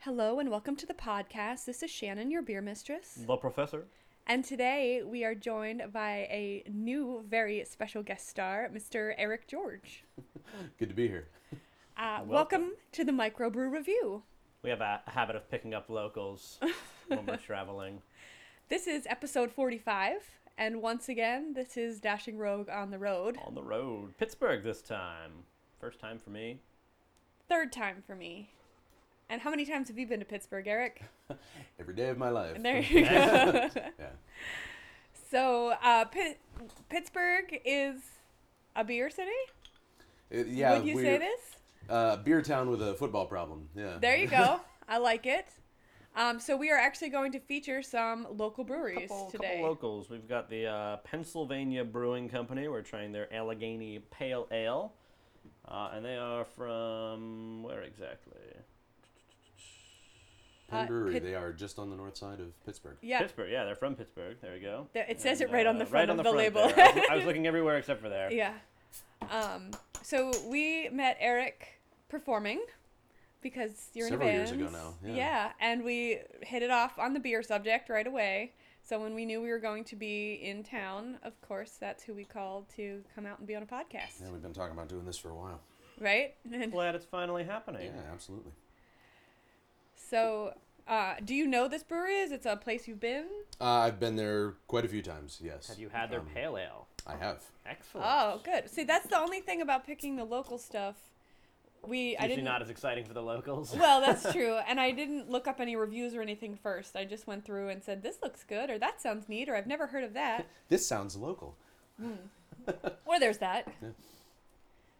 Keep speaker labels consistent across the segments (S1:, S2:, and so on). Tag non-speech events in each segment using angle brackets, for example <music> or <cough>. S1: Hello and welcome to the podcast. This is Shannon, your beer mistress.
S2: The Professor.
S1: And today we are joined by a new, very special guest star, Mr. Eric George.
S3: <laughs> Good to be here.
S1: Uh, welcome.
S2: Welcome.
S1: to the Microbrew Review.
S2: We have a habit of picking
S1: <laughs>
S2: up locals when we're traveling.
S1: This is episode 45, and once again, this is Dashing Rogue on the Road.
S2: On the road. Pittsburgh this time. First time for me.
S1: Third time for me. And how many times have you been to Pittsburgh,
S3: <laughs>
S1: Eric?
S3: Every day of my life.
S1: And there you go.
S3: <laughs> Yeah.
S1: so, uh, Pit- Pittsburgh is a beer city?
S3: It- yeah.
S1: Would you
S3: we're,
S1: say this?
S3: Uh, beer town with a football problem. Yeah.
S1: There you
S2: <laughs>
S1: go. I like it. Um, so we are actually going to feature some local breweries
S2: Couple,
S1: today.
S2: couple locals. We've got the uh, Pennsylvania Brewing Company. We're trying their Allegheny Pale Ale. Uh, and they are from where exactly?
S3: Penn
S1: Uh,
S3: Brewery.
S1: Pit-
S3: they are just on the north side of Pittsburgh.
S1: yeah,
S2: Pittsburgh. Yeah, they're from Pittsburgh. There we go.
S1: th- it says
S2: And,
S1: it right on
S2: uh,
S1: the front
S2: right on
S1: of
S2: the
S1: the,
S2: front
S1: label.
S2: there. I
S1: <laughs>
S2: was- I was looking everywhere except for there.
S1: yeah. Um, so we met Eric performing because you're
S3: Several
S1: in a
S3: years
S1: band.
S3: ago now, yeah.
S1: and we hit it off on the beer subject right away. So when we knew we were going to be in town, of course, that's who we called to come out and be on a podcast,
S3: Yeah, we've been talking about doing this for a while.
S1: right? <laughs> And
S2: Glad it's finally happening.
S3: Yeah, absolutely.
S1: so, uh, do you know this brewery? Is it's a place you've been?
S3: Uh, I've been there quite a few times. Yes.
S2: Have you had their
S3: Um,
S2: pale ale?
S3: I have.
S2: Excellent.
S1: Oh, good. See, that's the only thing about picking the local stuff. We
S2: It's
S1: I
S2: usually
S1: didn't.
S2: not as exciting for the locals.
S1: well,
S3: <laughs>
S1: that's true. And I didn't look up any reviews or anything first. I just went through and said, "This looks good," or "That sounds neat," or "I've never heard of
S3: <laughs>
S1: that,"
S3: This sounds local.
S1: or "There's that."
S3: Yeah.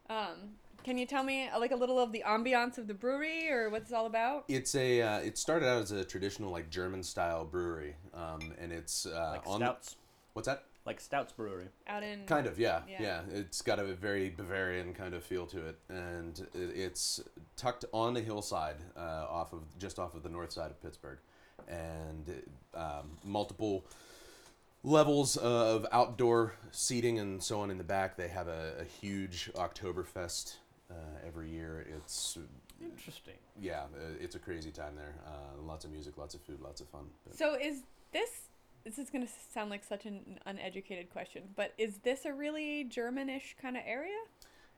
S1: Um, can you tell me uh, like a little of the ambiance of the brewery or what it's all about?
S3: It's a. Uh, it started out as a traditional like German style brewery, um, and it's uh,
S2: like
S3: on.
S2: Stouts.
S3: what's that?
S2: Like Stouts Brewery.
S1: Out in
S3: Kind of, yeah,
S1: Yeah.
S3: yeah. It's got a very Bavarian kind of feel to it, and i- it's tucked on a hillside, uh, off of just off of the north side of Pittsburgh, and um, multiple levels of outdoor seating and so on in the back. They have a, a huge Oktoberfest uh, every year. It's
S2: Interesting.
S3: yeah, uh, it's a crazy time there. Uh, lots of music, lots of food, lots of fun. But
S1: So is this? This is gonna sound like such an uneducated question, but is this a really Germanish kind of area,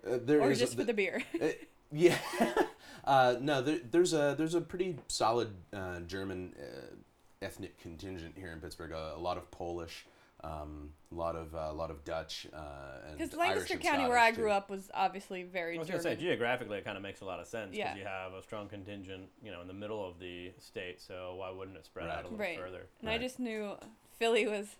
S3: uh, there
S1: or
S3: is-
S1: just for the beer?
S3: Uh, yeah. <laughs> uh, no, there, there's a there's a pretty solid uh, German uh, ethnic contingent here in Pittsburgh. A, a lot of Polish, um, a lot of a lot of Dutch, uh, and
S1: Because
S3: Irish
S1: Lancaster
S3: and
S1: County, where I
S3: Scottish,
S1: grew
S3: too.
S1: up, was obviously very
S2: I was
S1: German.
S2: gonna say geographically, it kind of makes a lot of sense
S1: Yeah.
S2: because you have a strong contingent, you know, in the middle of the state. So why wouldn't it spread
S3: Right.
S2: out a little
S1: Right.
S2: further?
S1: and I
S3: Right.
S1: just knew Philly was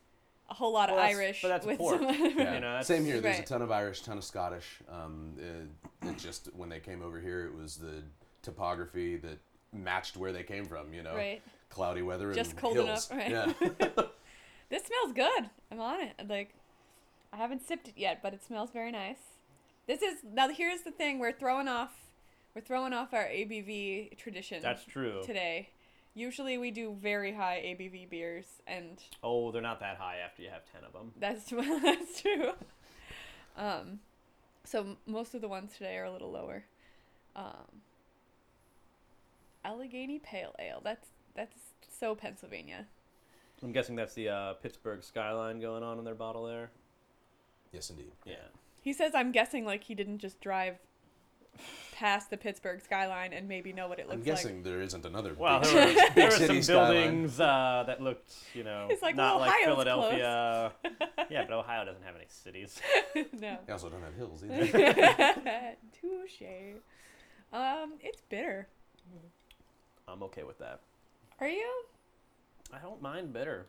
S1: a whole lot
S2: Well,
S1: of
S2: that's-
S1: Irish.
S2: but that's
S1: with
S2: pork.
S1: some-
S2: <laughs>
S3: Yeah.
S1: <laughs>
S2: You know, that's-
S3: Same here. There's
S1: Right.
S3: a ton of Irish, ton of Scottish. Um, it, it just when they came over here, it was the topography that matched where they came from. You know,
S1: Right.
S3: cloudy weather
S1: Just
S3: and
S1: cold enough,
S3: hills.
S1: right. <laughs>
S3: Yeah.
S1: This smells good. I'm on it. Like, I haven't sipped it yet, but it smells very nice. This is now. Here's the thing: we're throwing off, we're throwing off our ABV tradition
S2: That's true.
S1: today. Usually we do very high ABV beers, and
S2: Oh, they're not that high after you have ten of them.
S1: that's <laughs> that's true. Um, so m- most of the ones today are a little lower. Um, Allegheny Pale Ale. That's that's so Pennsylvania.
S2: I'm guessing that's the uh, Pittsburgh skyline going on in their bottle there.
S3: yes, indeed.
S2: Yeah.
S1: He says, "I'm guessing like he didn't just drive past the Pittsburgh skyline and maybe know what it looks
S3: I'm guessing there isn't another.
S2: Well,
S3: <laughs> big
S2: there were, there were some
S3: city skyline.
S2: buildings uh, that looked, you know,
S1: It's like,
S2: not
S1: well, Ohio's
S2: like
S1: close.
S2: Philadelphia. yeah, but Ohio doesn't have any cities.
S1: like. <laughs> no.
S3: They also don't have hills either.
S1: Touche. Um, it's bitter.
S2: I'm okay with that.
S1: Are you?
S2: I don't mind bitter.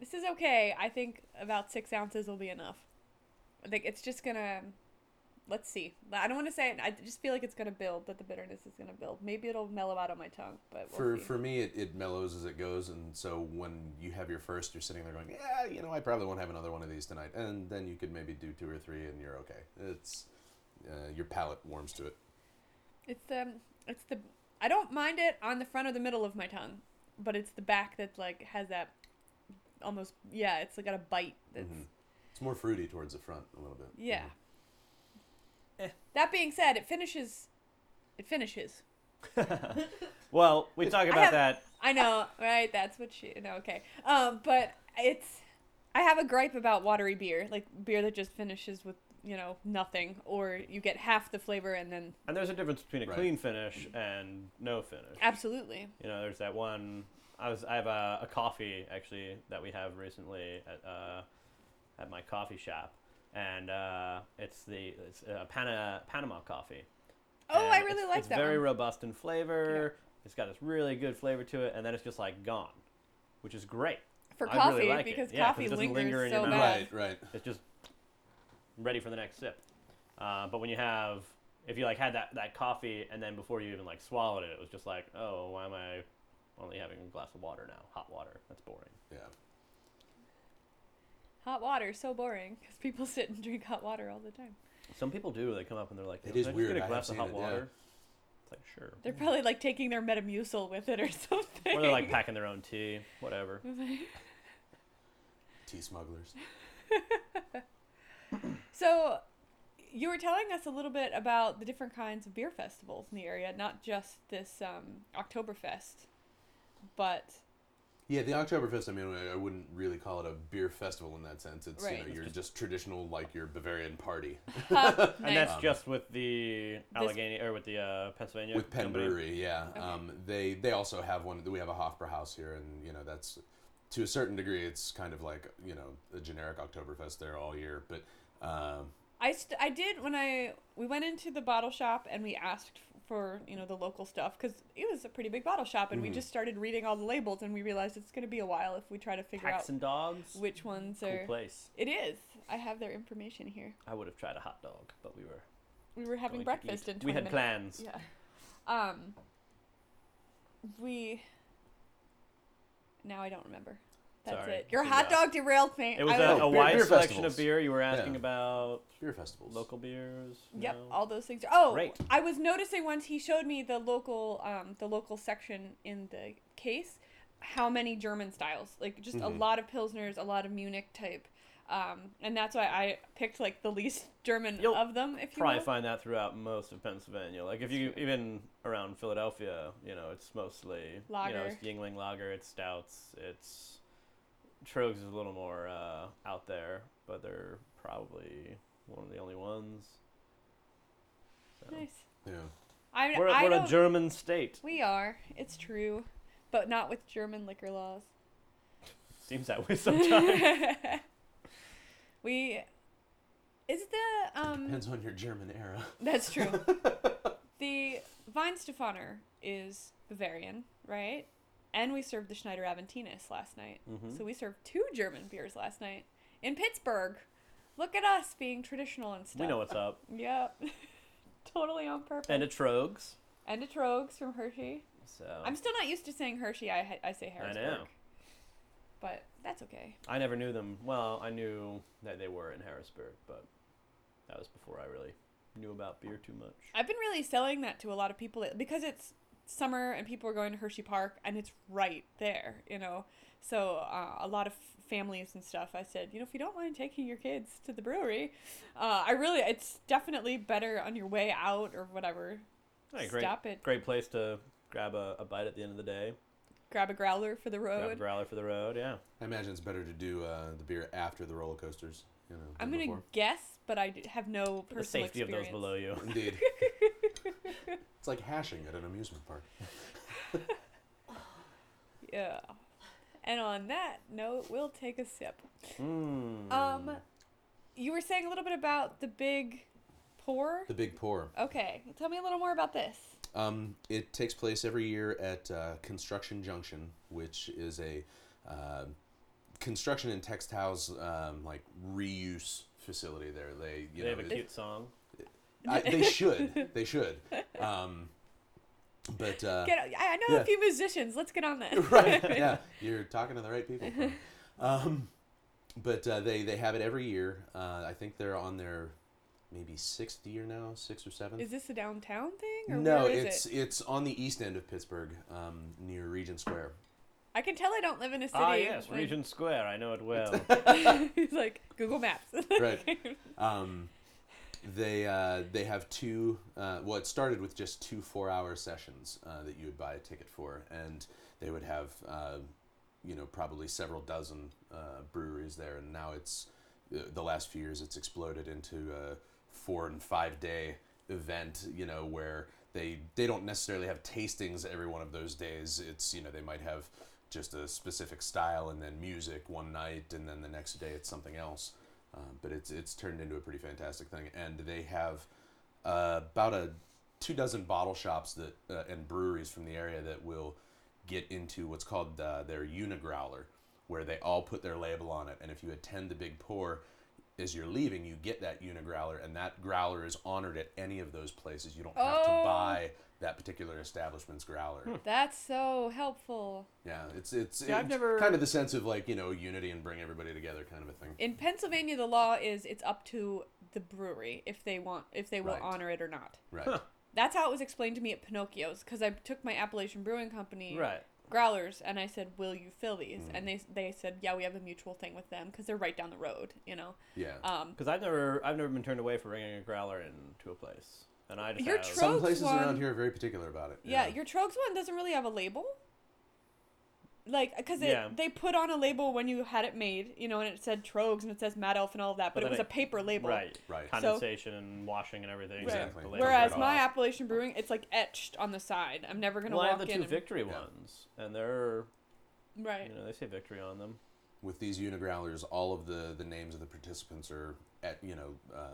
S1: This is okay. I think about six ounces will be enough. Like it's just gonna. Let's see. I don't want to say it. I just feel like it's gonna build. That the bitterness is gonna build. Maybe it'll mellow out on my tongue, but we'll
S3: For
S1: see.
S3: for me, it, it mellows as it goes, and so when you have your first, you're sitting there going, yeah, you know, I probably won't have another one of these tonight, and then you could maybe do two or three, and you're okay. It's uh, your palate warms to it.
S1: it's the it's the I don't mind it on the front or the middle of my tongue, but it's the back that like has that almost yeah. It's got a bite. That's
S3: Mhm. It's more fruity towards the front a little bit.
S1: yeah.
S2: Eh.
S3: Mm-hmm.
S1: That being said, it finishes. It finishes.
S2: <laughs> well, we talk about
S1: have-
S2: that.
S1: I know, right? That's what she. No, okay. Um, but it's. I have a gripe about watery beer, like beer that just finishes with you know nothing, or you get half the flavor and then
S2: And there's a difference between a
S3: Right.
S2: clean finish and no finish.
S1: absolutely.
S2: You know, there's that one. I was I have a, a coffee actually that we have recently at uh, at my coffee shop, and uh, it's the it's uh, Pana, Panama coffee.
S1: Oh, I
S2: And
S1: really
S2: it's,
S1: like
S2: it's
S1: that.
S2: very
S1: one.
S2: robust in flavor. It's got this really good flavor to it, and then it's just like gone, which is great.
S1: for
S2: I
S1: coffee
S2: really like it.
S1: because
S2: Yeah, 'cause
S1: coffee
S2: it doesn't
S1: lingers
S2: linger in
S1: so
S2: your mouth.
S1: bad.
S3: Mm-hmm. Right, right.
S2: It's just ready for the next sip. Uh, but when you have, if you like had that, that coffee and then before you even like swallowed it, it was just like, oh, why am I only having a glass of water now? Hot water. That's boring.
S3: Yeah.
S1: Hot water is so boring because people sit and drink hot water all the time.
S2: Some people do. They come up and they're like,
S3: It
S2: "Yo,
S3: is
S2: can I
S3: weird.
S2: just
S3: I
S2: get a
S3: have
S2: glass of
S3: seen
S2: hot
S3: it, yeah.
S2: water. It's like sure.
S1: They're probably like taking their Metamucil with it or something.
S2: Or they're
S1: <laughs>
S3: <laughs>
S2: like packing their own tea. Whatever.
S3: Tea smugglers.
S1: So, you were telling us a little bit about the different kinds of beer festivals in the area, not just this um, Oktoberfest, but
S3: Yeah, the Oktoberfest, I mean, I- I wouldn't really call it a beer festival in that sense. It's, you
S1: Right.
S3: know, your just traditional, like your Bavarian party
S2: And that's
S3: Um,
S1: Nice.
S2: just with the Allegheny or with the uh, Pennsylvania
S3: with Penn
S2: company.
S3: Brewery, yeah.
S1: Okay.
S3: Um, they, they also have one, we have a Hofbrauhaus here, and, you know, that's, to a certain degree, it's kind of like, you know, a generic Oktoberfest there all year, but, um,
S1: I st- I did when I we went into the bottle shop and we asked for you know the local stuff because it was a pretty big bottle shop and we
S2: Mm-hmm.
S1: just started reading all the labels and we realized it's going to be a while if we try to figure
S2: Hacks
S1: out
S2: and dogs.
S1: which ones
S2: cool
S1: are.
S2: place.
S1: It is. I have their information here.
S2: I would have tried a hot dog, but we were
S1: We were having
S2: going to
S1: breakfast
S2: eat.
S1: in 20
S2: We had
S1: minutes.
S2: plans.
S1: Yeah. Um. We. Now I don't remember. That's
S2: Sorry.
S1: it. Your
S2: Good
S1: hot
S2: job.
S1: dog derailed me.
S2: It was
S1: I
S2: a,
S3: Oh,
S2: a
S3: beer-
S2: wide
S3: beer
S2: selection
S3: festivals.
S2: of beer. You were asking
S3: Yeah.
S2: about
S3: beer festivals.
S2: local beers. you
S1: Yep,
S2: know?
S1: all those things. Are, oh,
S2: Great.
S1: I was noticing once he showed me the local, um, the local section in the case, how many German styles, like just a
S2: Mm-hmm.
S3: Mhm.
S1: lot of pilsners, a lot of Munich type, um, and that's why I picked like the least German
S2: You'll
S1: of them. If you
S2: Probably
S1: will.
S2: find that throughout most of Pennsylvania. Like if you even around Philadelphia, you know, it's mostly you know,
S1: Lager.
S2: it's Yingling lager, it's stouts, it's Trogs is a little more uh, out there, but they're probably one of the only ones. So.
S1: nice.
S3: Yeah.
S1: I,
S2: We're,
S1: I
S2: we're
S1: don't,
S2: a German state.
S1: we are. It's true, but not with German liquor laws.
S2: Seems that way sometimes.
S1: <laughs> we is the um.
S3: Depends on your German era.
S1: That's
S2: <laughs>
S1: true. the Weinstefaner is Bavarian, right? And we served the Schneider Aventinus last night.
S2: Mhm.
S1: So we served two German beers last night in Pittsburgh. Look at us being traditional and stuff.
S2: we know what's up.
S1: Yep. <laughs> totally on purpose.
S2: And a Trogs.
S1: And a Trogs from Hershey.
S2: So
S1: I'm still not used to saying Hershey. I, ha- I say
S2: Oh. I
S1: Harrisburg.
S2: know.
S1: But that's okay.
S2: I never knew them. Well, I knew that they were in Harrisburg, but that was before I really knew about beer too much.
S1: I've been really selling that to a lot of people it- because it's summer and people are going to Hershey Park and it's right there, you know. So uh, a lot of families and stuff. I said, you know, if you don't mind taking your kids to the brewery, uh, I really, it's definitely better on your way out or whatever.
S2: Hey, great,
S1: Stop it.
S2: great place to grab a, a bite at the end of the day.
S1: Grab a growler for the
S2: Grab a
S1: road.
S2: growler for the road. Yeah,
S3: I imagine it's better to do uh, the beer after the roller coasters. You know, than
S1: I'm gonna
S3: before.
S1: guess, but I d- have no personal
S2: the safety
S1: experience.
S2: of those
S1: <laughs>
S2: below you.
S3: Indeed. it's like hashing at an amusement park.
S1: Yeah. And on that note, we'll take a sip.
S2: Mm.
S1: Um, you were saying a little bit about the big pour.
S3: The Big Pour.
S1: Okay, tell me a little more about this.
S3: Um, it takes place every year at uh, Construction Junction, which is a uh, construction and textiles um, like reuse facility. There, they you
S2: they
S3: know
S2: have a
S3: it-
S2: cute song.
S3: I, they should
S1: <laughs>
S3: they should, um, but uh, <laughs>
S1: Get, I I know
S3: yeah.
S1: a few musicians. Let's get on this.
S3: <laughs> right.
S1: <laughs>
S3: Yeah, you're talking to the right people. Um, but uh, they they have it every year. Uh, I think they're on their maybe sixth year now, sixth or seventh.
S1: Is this a downtown thing or
S3: no,
S1: where is
S3: it's
S1: it?
S3: it's on the east end of Pittsburgh, um, near Regent Square.
S1: I can tell I don't live in a city.
S2: Ah, yes,
S1: when- <laughs>
S2: Regent Square. I know it well.
S1: <laughs> He's like Google Maps.
S3: Right. Um, they uh, they have two. Uh, well, it started with just two four-hour sessions uh, that you would buy a ticket for, and they would have uh, you know probably several dozen uh, breweries there. And now it's uh, the last few years it's exploded into uh, a four and five day event. You know where they they don't necessarily have tastings every one of those days. It's you know they might have just a specific style and then music one night, and then the next day it's something else. Um, but it's it's turned into a pretty fantastic thing, and they have uh, about a two dozen bottle shops that uh, and breweries from the area that will get into what's called uh, their unigrowler, where they all put their label on it, and if you attend the big pour. As you're leaving, you get that unigrowler, and that growler is honored at any of those places. You don't have
S1: Oh.
S3: to buy that particular establishment's growler.
S1: That's so helpful.
S3: Yeah, it's it's,
S2: See, I've
S3: it's
S2: never-
S3: kind of the sense of like you know unity and bring everybody together kind of a thing.
S1: In Pennsylvania, the law is it's up to the brewery if they want if they will
S3: Right.
S1: honor it or not.
S3: Right.
S1: That's how it was explained to me at Pinocchio's because I took my Appalachian Brewing Company
S2: Right.
S1: growlers and I said, "Will you fill these?"
S3: Mm.
S1: And they they said, "Yeah, we have a mutual thing with them because they're right down the road, you know."
S3: Yeah.
S1: Um,
S2: Because I've never, I've never been turned away for bringing a growler into a place, and I just
S1: You're
S2: have,
S1: tro-
S3: Some
S1: Trogues
S3: places
S1: one-
S3: around here are very particular about it.
S1: yeah, your Trogs one doesn't really have a label. Like, because
S2: Yeah.
S1: they put on a label when you had it made, you know, and it said Trogs and it says Mad Elf and all of that, but,
S2: But
S1: it
S2: then
S1: was
S2: it-
S1: a paper label.
S2: right,
S3: Right. So-
S2: condensation and washing and everything.
S1: Right.
S2: and the
S3: Exactly.
S2: label
S1: Whereas
S2: comes
S1: my
S2: off.
S1: Appalachian Brewing, it's like etched on the side. I'm never gonna
S2: well, I
S1: walk
S2: have the
S1: in.
S2: two
S1: and-
S2: victory
S3: Yeah.
S2: ones, and they're,
S1: right.
S2: you know, they say victory on them.
S3: With these unigrowlers, all of the the names of the participants are at you know uh,
S2: I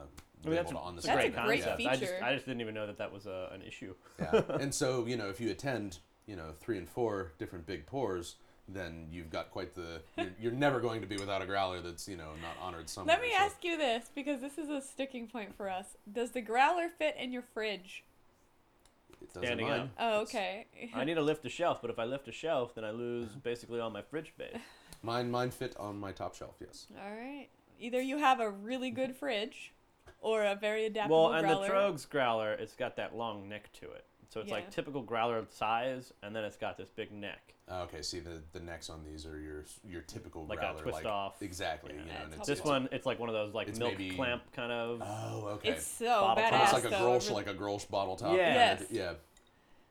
S2: mean, that's
S3: labeled on the
S2: it's
S1: That's
S2: a
S1: a
S2: great
S3: side.
S1: great
S2: concept. I just,
S1: feature.
S2: I just didn't even know that that was uh, an issue.
S3: Yeah.
S2: <laughs>
S3: and so you know if you attend you know three and four different big pours. Then you've got quite the. You're, you're never going to be without a growler that's you know not honored somewhere.
S1: Let me
S3: so-
S1: ask you this because this is a sticking point for us. Does the growler fit in your fridge?
S3: It doesn't
S2: Standing
S3: mind.
S2: up.
S1: Oh,
S3: It's-
S1: okay.
S2: I need to lift a shelf, but if I lift a shelf, then I lose
S3: <laughs>
S2: basically all my fridge space.
S3: Mine mine fit on my top shelf. Yes.
S1: <laughs> All right. Either you have a really good fridge, or a very adaptable
S2: Well, and
S1: growler.
S2: the Trogs growler, it's got that long neck to it, so it's
S1: Yeah.
S2: like typical growler size, and then it's got this big neck.
S3: Uh, Okay, see the the necks on these are your your typical
S2: Like a
S3: growler,
S2: twist off.
S3: Exactly.
S2: Yeah.
S3: You know,
S1: Yeah,
S3: and
S1: it's
S3: it's,
S1: helpful.
S2: This one, it's like one of those like
S3: It's
S2: milk
S3: maybe-
S2: clamp kind of.
S3: Oh, okay.
S1: It's so
S2: Bottle
S1: badass.
S2: top.
S3: Almost like a
S1: though. I
S3: Grolsch,
S1: really-
S3: like a Grolsch bottle top.
S2: Yeah.
S1: Yes.
S3: Yeah.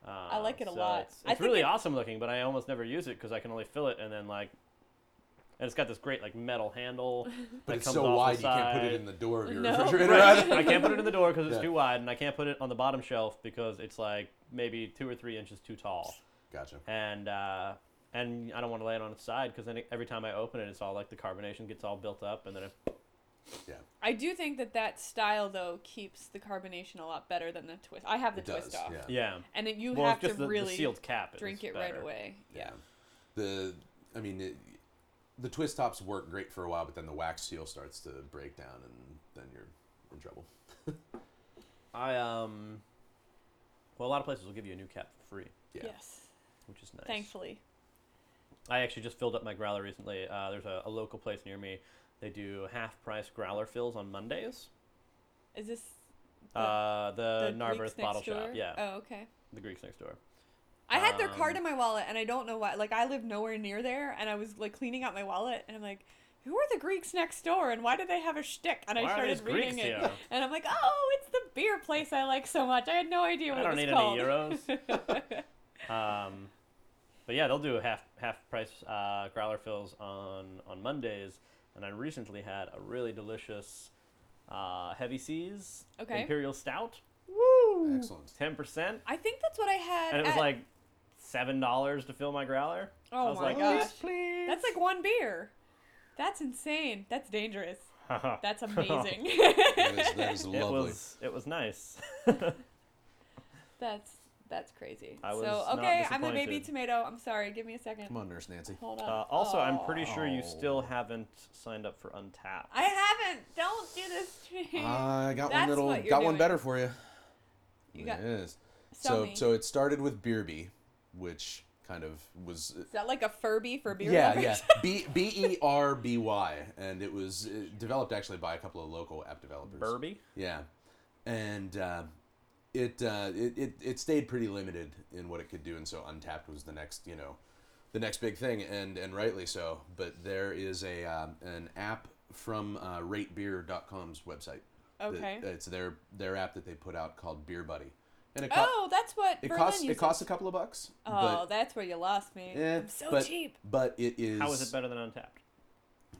S2: uh,
S1: I like it a
S2: so
S1: lot.
S2: It's,
S1: I
S2: it's
S1: think
S2: really
S1: it-
S2: awesome looking, but I almost never use it because I can only fill it and then like, and it's got this great like metal handle.
S3: But
S2: that
S3: it's
S2: comes off
S3: so
S2: the
S3: wide you can't put it
S2: side.
S3: in the door of your
S1: No.
S3: refrigerator.
S2: Right.
S3: either.
S2: I can't put it in the door because it's
S3: Yeah.
S2: too wide, and I can't put it on the bottom shelf because it's like maybe two or three inches too tall,
S3: <laughs> Gotcha.
S2: and uh, and I don't want to lay it on its side because then it- every time I open it, it's all like the carbonation gets all built up, and then it,
S1: I do think that that style though keeps the carbonation a lot better than the twist. I have the
S3: It
S1: twist
S3: does,
S1: off,
S3: yeah.
S2: yeah.
S1: and it, you
S2: well,
S1: have
S2: it's just
S1: to
S2: the, the
S1: really
S2: sealed cap. is
S1: drink it
S2: better.
S1: right away. Yeah.
S3: The I mean it, the twist tops work great for a while, but then the wax seal starts to break down and then you're in trouble.
S2: I um, well, a lot of places will give you a new cap for free,
S3: Yeah.
S1: Yes.
S2: which is nice.
S1: Thankfully.
S2: I actually just filled up my growler recently. Uh, there's a, a local place near me. They do half price growler fills on Mondays.
S1: Is this
S2: Uh, the,
S1: the Greeks
S2: Narberth
S1: next
S2: Bottle Shop.
S1: door?
S2: Yeah,
S1: Oh, okay.
S2: the Greeks next door.
S1: I had their card
S2: Um,
S1: in my wallet, and I don't know why. Like, I live nowhere near there, and I was like cleaning out my wallet, and I'm like, "Who are the Greeks next door, and why do they have a shtick?" And I
S2: Why are
S1: started
S2: these
S1: reading
S2: Greeks
S1: it,
S2: here?
S1: and I'm like, "Oh, it's the beer place I like so much." I had no idea <laughs>
S2: I
S1: what
S2: don't
S1: it
S2: need
S1: was
S2: any
S1: called. <laughs>
S2: euros. Um, but yeah, they'll do half half price uh, growler fills on on Mondays, and I recently had a really delicious uh, heavy seas
S1: Okay.
S2: imperial stout,
S1: Woo!
S3: Excellent.
S2: ten percent,
S1: I think that's what I had.
S2: and it was
S1: at-
S2: like seven dollars to fill my growler.
S1: <laughs> "Oh
S2: I was
S1: my
S2: like, "Ah,
S1: gosh,
S2: "Yes, please.
S1: that's like one beer." That's insane. That's dangerous.
S2: <laughs>
S1: That's amazing.
S3: That is, that is
S2: it
S3: lovely.
S2: was it was nice.
S1: <laughs>
S2: <laughs> Uh,
S1: that's that's crazy.
S2: I was
S1: so
S2: not
S1: okay, I'm a baby
S2: disappointed.
S1: tomato. I'm sorry. Give me a second.
S3: Come on, Nurse Nancy.
S1: Hold on.
S2: Uh, also, I'm pretty
S1: Aw.
S2: sure you
S3: Oh.
S2: still haven't signed up for Untapped.
S1: I haven't. Don't do this to me.
S3: I got
S1: That's
S3: one little
S1: what
S3: got
S1: you're doing.
S3: one better for you.
S1: You got-
S3: yes.
S1: <laughs> Sell
S3: so
S1: me.
S3: so it started with Beerby, which kind of was
S1: Is that like a Furby for beer?
S3: yeah,
S1: lovers?
S3: yeah.
S1: <laughs>
S3: B B E R B Y, and it was uh, developed actually by a couple of local app developers.
S2: Burby.
S3: Yeah, and uh, it, uh, it it it stayed pretty limited in what it could do, and so Untapped was the next you know, the next big thing, and and rightly so. But there is a um, an app from uh, RateBeer.com's website that-
S1: Okay.
S3: it's their their app that they put out called Beer Buddy, and it, co-
S1: Oh, that's what
S3: it
S1: Berlin
S3: costs
S1: uses.
S3: it costs a couple of bucks.
S1: oh,
S3: but,
S1: that's where you lost me.
S3: eh,
S1: I'm so
S3: but-
S1: cheap.
S3: But it is
S2: How is it better than Untapped?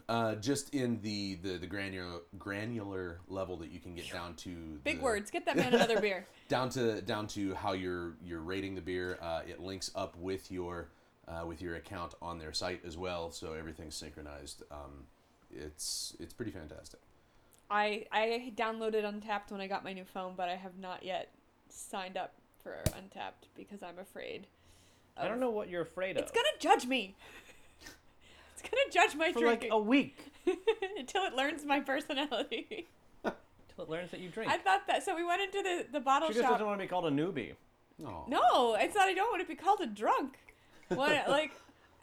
S3: Uh, just in the, the the granular granular level that you can get down to
S1: Big
S3: the-
S1: words. Get that man another
S3: <laughs>
S1: beer.
S3: down to down to how you're you're rating the beer. Uh, it links up with your uh, with your account on their site as well, so everything's synchronized. Um, it's it's pretty fantastic.
S1: I I downloaded Untapped when I got my new phone, but I have not yet signed up for Untapped because I'm afraid.
S2: I don't
S1: of-
S2: know what you're afraid of.
S1: Oh. It's gonna judge me. <laughs> it's gonna judge my
S2: for like
S1: drinking
S2: a week
S1: <laughs> until it learns my personality.
S2: till it learns that you drink.
S1: I thought that. So we went into the the bottle
S2: she just
S1: shop.
S2: doesn't want to be called a newbie.
S3: Aw.
S1: No, it's not. I don't want to be called a drunk. What
S3: <laughs>
S1: like,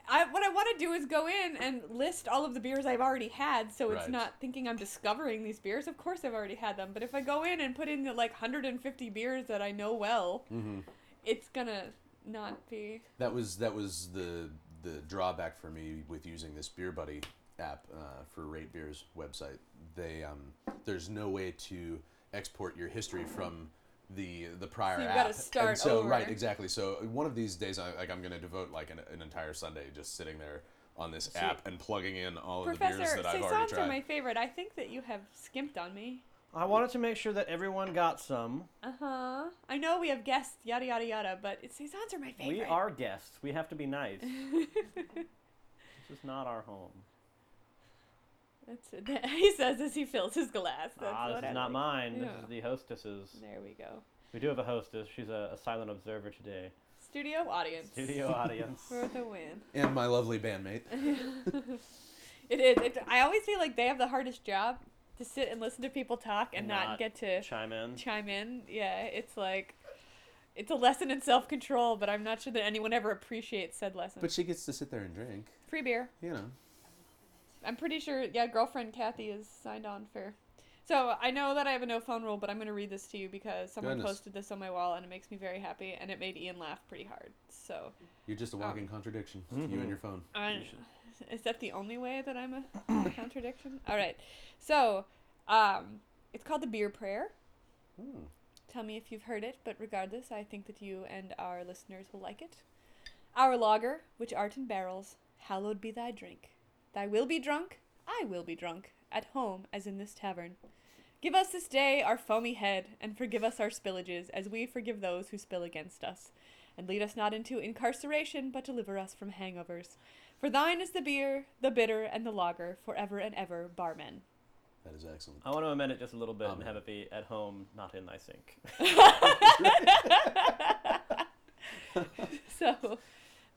S1: I what I want to do is go in and list all of the beers I've already had, so it's
S3: Right.
S1: not thinking I'm discovering these beers. Of course, I've already had them. But if I go in and put in the like 150 beers that I know well,
S3: Mm-hmm.
S1: it's gonna not be.
S3: That was that was the the drawback for me with using this Beer Buddy app uh, for Rate Beer's website. They um, there's no way to export your history from the the prior
S1: So you've
S3: app.
S1: gotta
S3: And
S1: start
S3: so right
S1: over.
S3: exactly. So one of these days, I, like I'm gonna devote like an, an entire Sunday just sitting there on this app and plugging in all of Oh, the beers
S1: Professor
S3: that I've already
S1: Saisons are
S3: tried.
S1: my favorite. I think that you have skimped on me.
S2: I wanted to make sure that everyone got some.
S1: Uh huh. I know we have guests, yada yada yada, but it's saisons are my favorite.
S2: We are guests. We have to be nice. this is not our home.
S1: <laughs> That's <laughs> that, he says as he fills his glass. That's
S2: ah,
S1: what
S2: this
S1: I
S2: is not
S1: like.
S2: mine.
S1: Yeah.
S2: This is the hostess's.
S1: There we go.
S2: We do have a hostess. She's a, a silent observer today.
S1: Studio audience. <laughs>
S2: Studio audience.
S1: For the win. <laughs>
S3: and my lovely bandmate.
S1: It is. It, I always feel like they have the hardest job to sit and listen to people talk and not,
S2: Not
S1: get to
S2: Chime in.
S1: chime in. Yeah, it's like it's a lesson in self control, but I'm not sure that anyone ever appreciates said lesson.
S3: But she gets to sit there and drink.
S1: Free beer.
S3: You know.
S1: I'm pretty sure. Yeah, girlfriend Kathy is signed on for. So I know that I have a no phone rule, but I'm gonna read this to you because someone
S3: Goodness.
S1: posted this on my wall and it makes me very happy, and it made Ian laugh pretty hard. So
S3: You're just a walking
S1: Oh.
S3: contradiction. You and your phone.
S1: I, <laughs> is that the only way that I'm a contradiction? All right. So, um, it's called the beer prayer.
S3: Hmm.
S1: Tell me if you've heard it, but regardless, I think that you and our listeners will like it. Our lager, which art in barrels, hallowed be thy drink. Thy will be drunk, I will be drunk, at home as in this tavern. Give us this day our foamy head, and forgive us our spillages, as we forgive those who spill against us. And lead us not into incarceration, but deliver us from hangovers. For thine is the beer, the bitter, and the lager, forever and ever, barmen.
S3: That is excellent.
S2: I want to amend it just a little bit and
S3: Amen.
S2: have it be at home, not in thy sink.
S1: <laughs> so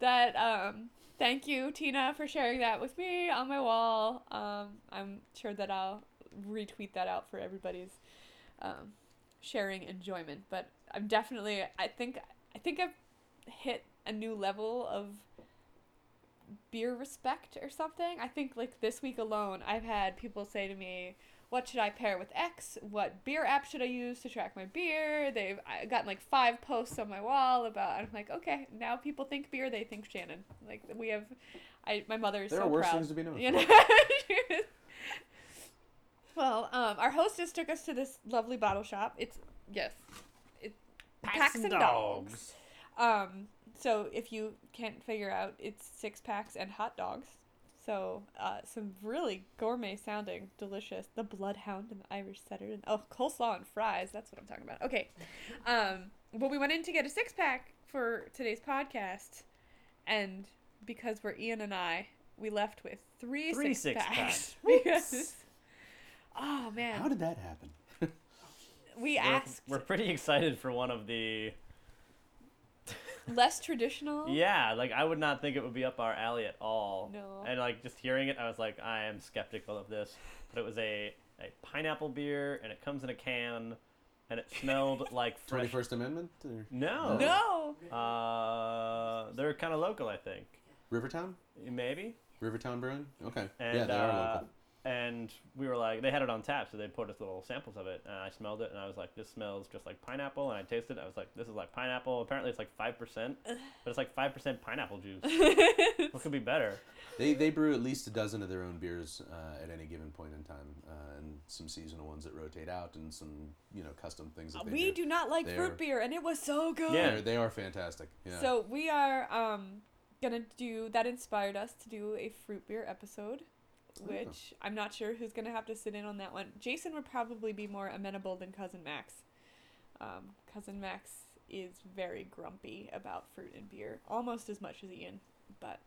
S1: that um thank you tina for sharing that with me on my wall um i'm sure that i'll retweet that out for everybody's um sharing enjoyment but i'm definitely i think i think i've hit a new level of beer respect or something i think like this week alone i've had people say to me what should I pair with X? What beer app should I use to track my beer? They've I gotten like five posts on my wall about. I'm like, okay, now people think beer, they think Shannon. Like we have, I my mother is
S3: There
S1: so
S3: are worse
S1: proud.
S3: things to be known
S1: You
S3: for.
S1: know? <laughs> well, um, our hostess took us to this lovely bottle shop. It's yes, it packs, and dogs. Um, so if you can't figure out, it's six packs and hot dogs. So uh, some really gourmet sounding, delicious. The Bloodhound and the Irish Setter and oh coleslaw and fries. That's what I'm talking about. Okay, um, but we went in to get a six pack for today's podcast, and because we're Ian and I, we left with three
S2: Three
S1: six
S2: six
S1: packs. <laughs>
S2: packs.
S1: because, oh man,
S3: How did that happen?
S1: we
S2: We're-
S1: asked
S2: We're pretty excited for one of the.
S1: less traditional.
S2: Yeah, like I would not think it would be up our alley at all.
S1: No.
S2: And like just hearing it, I was like, I am skeptical of this. But it was a, a pineapple beer, and it comes in a can, and it
S3: <laughs>
S2: smelled like
S3: Twenty
S2: fresh.
S3: first Amendment or
S2: No.
S1: No.
S2: Uh, they're kind of local, I think.
S3: Rivertown?
S2: Maybe.
S3: Rivertown Brewing? Okay.
S2: And
S3: yeah, they
S2: uh,
S3: are local.
S2: and we were like, they had it on tap, so they put us little samples of it, and I smelled it, and I was like, this smells just like pineapple, and I tasted it, I was like, this is like pineapple. Apparently, it's like five percent, but it's like five percent pineapple juice. <laughs>
S1: <laughs>
S2: What could be better?
S3: They, they brew at least a dozen of their own beers uh, at any given point in time, uh, and some seasonal ones that rotate out, and some you know custom things. That they
S1: Uh, we do not like
S3: They are-
S1: fruit beer, and it was so good.
S2: Yeah.
S3: They're, they are fantastic. Yeah.
S1: So we are um gonna do that inspired us to do a fruit beer episode, which I'm not sure who's gonna have to sit in on that one. Jason would probably be more amenable than cousin Max. Um, cousin Max is very grumpy about fruit and beer, almost as much as Ian. But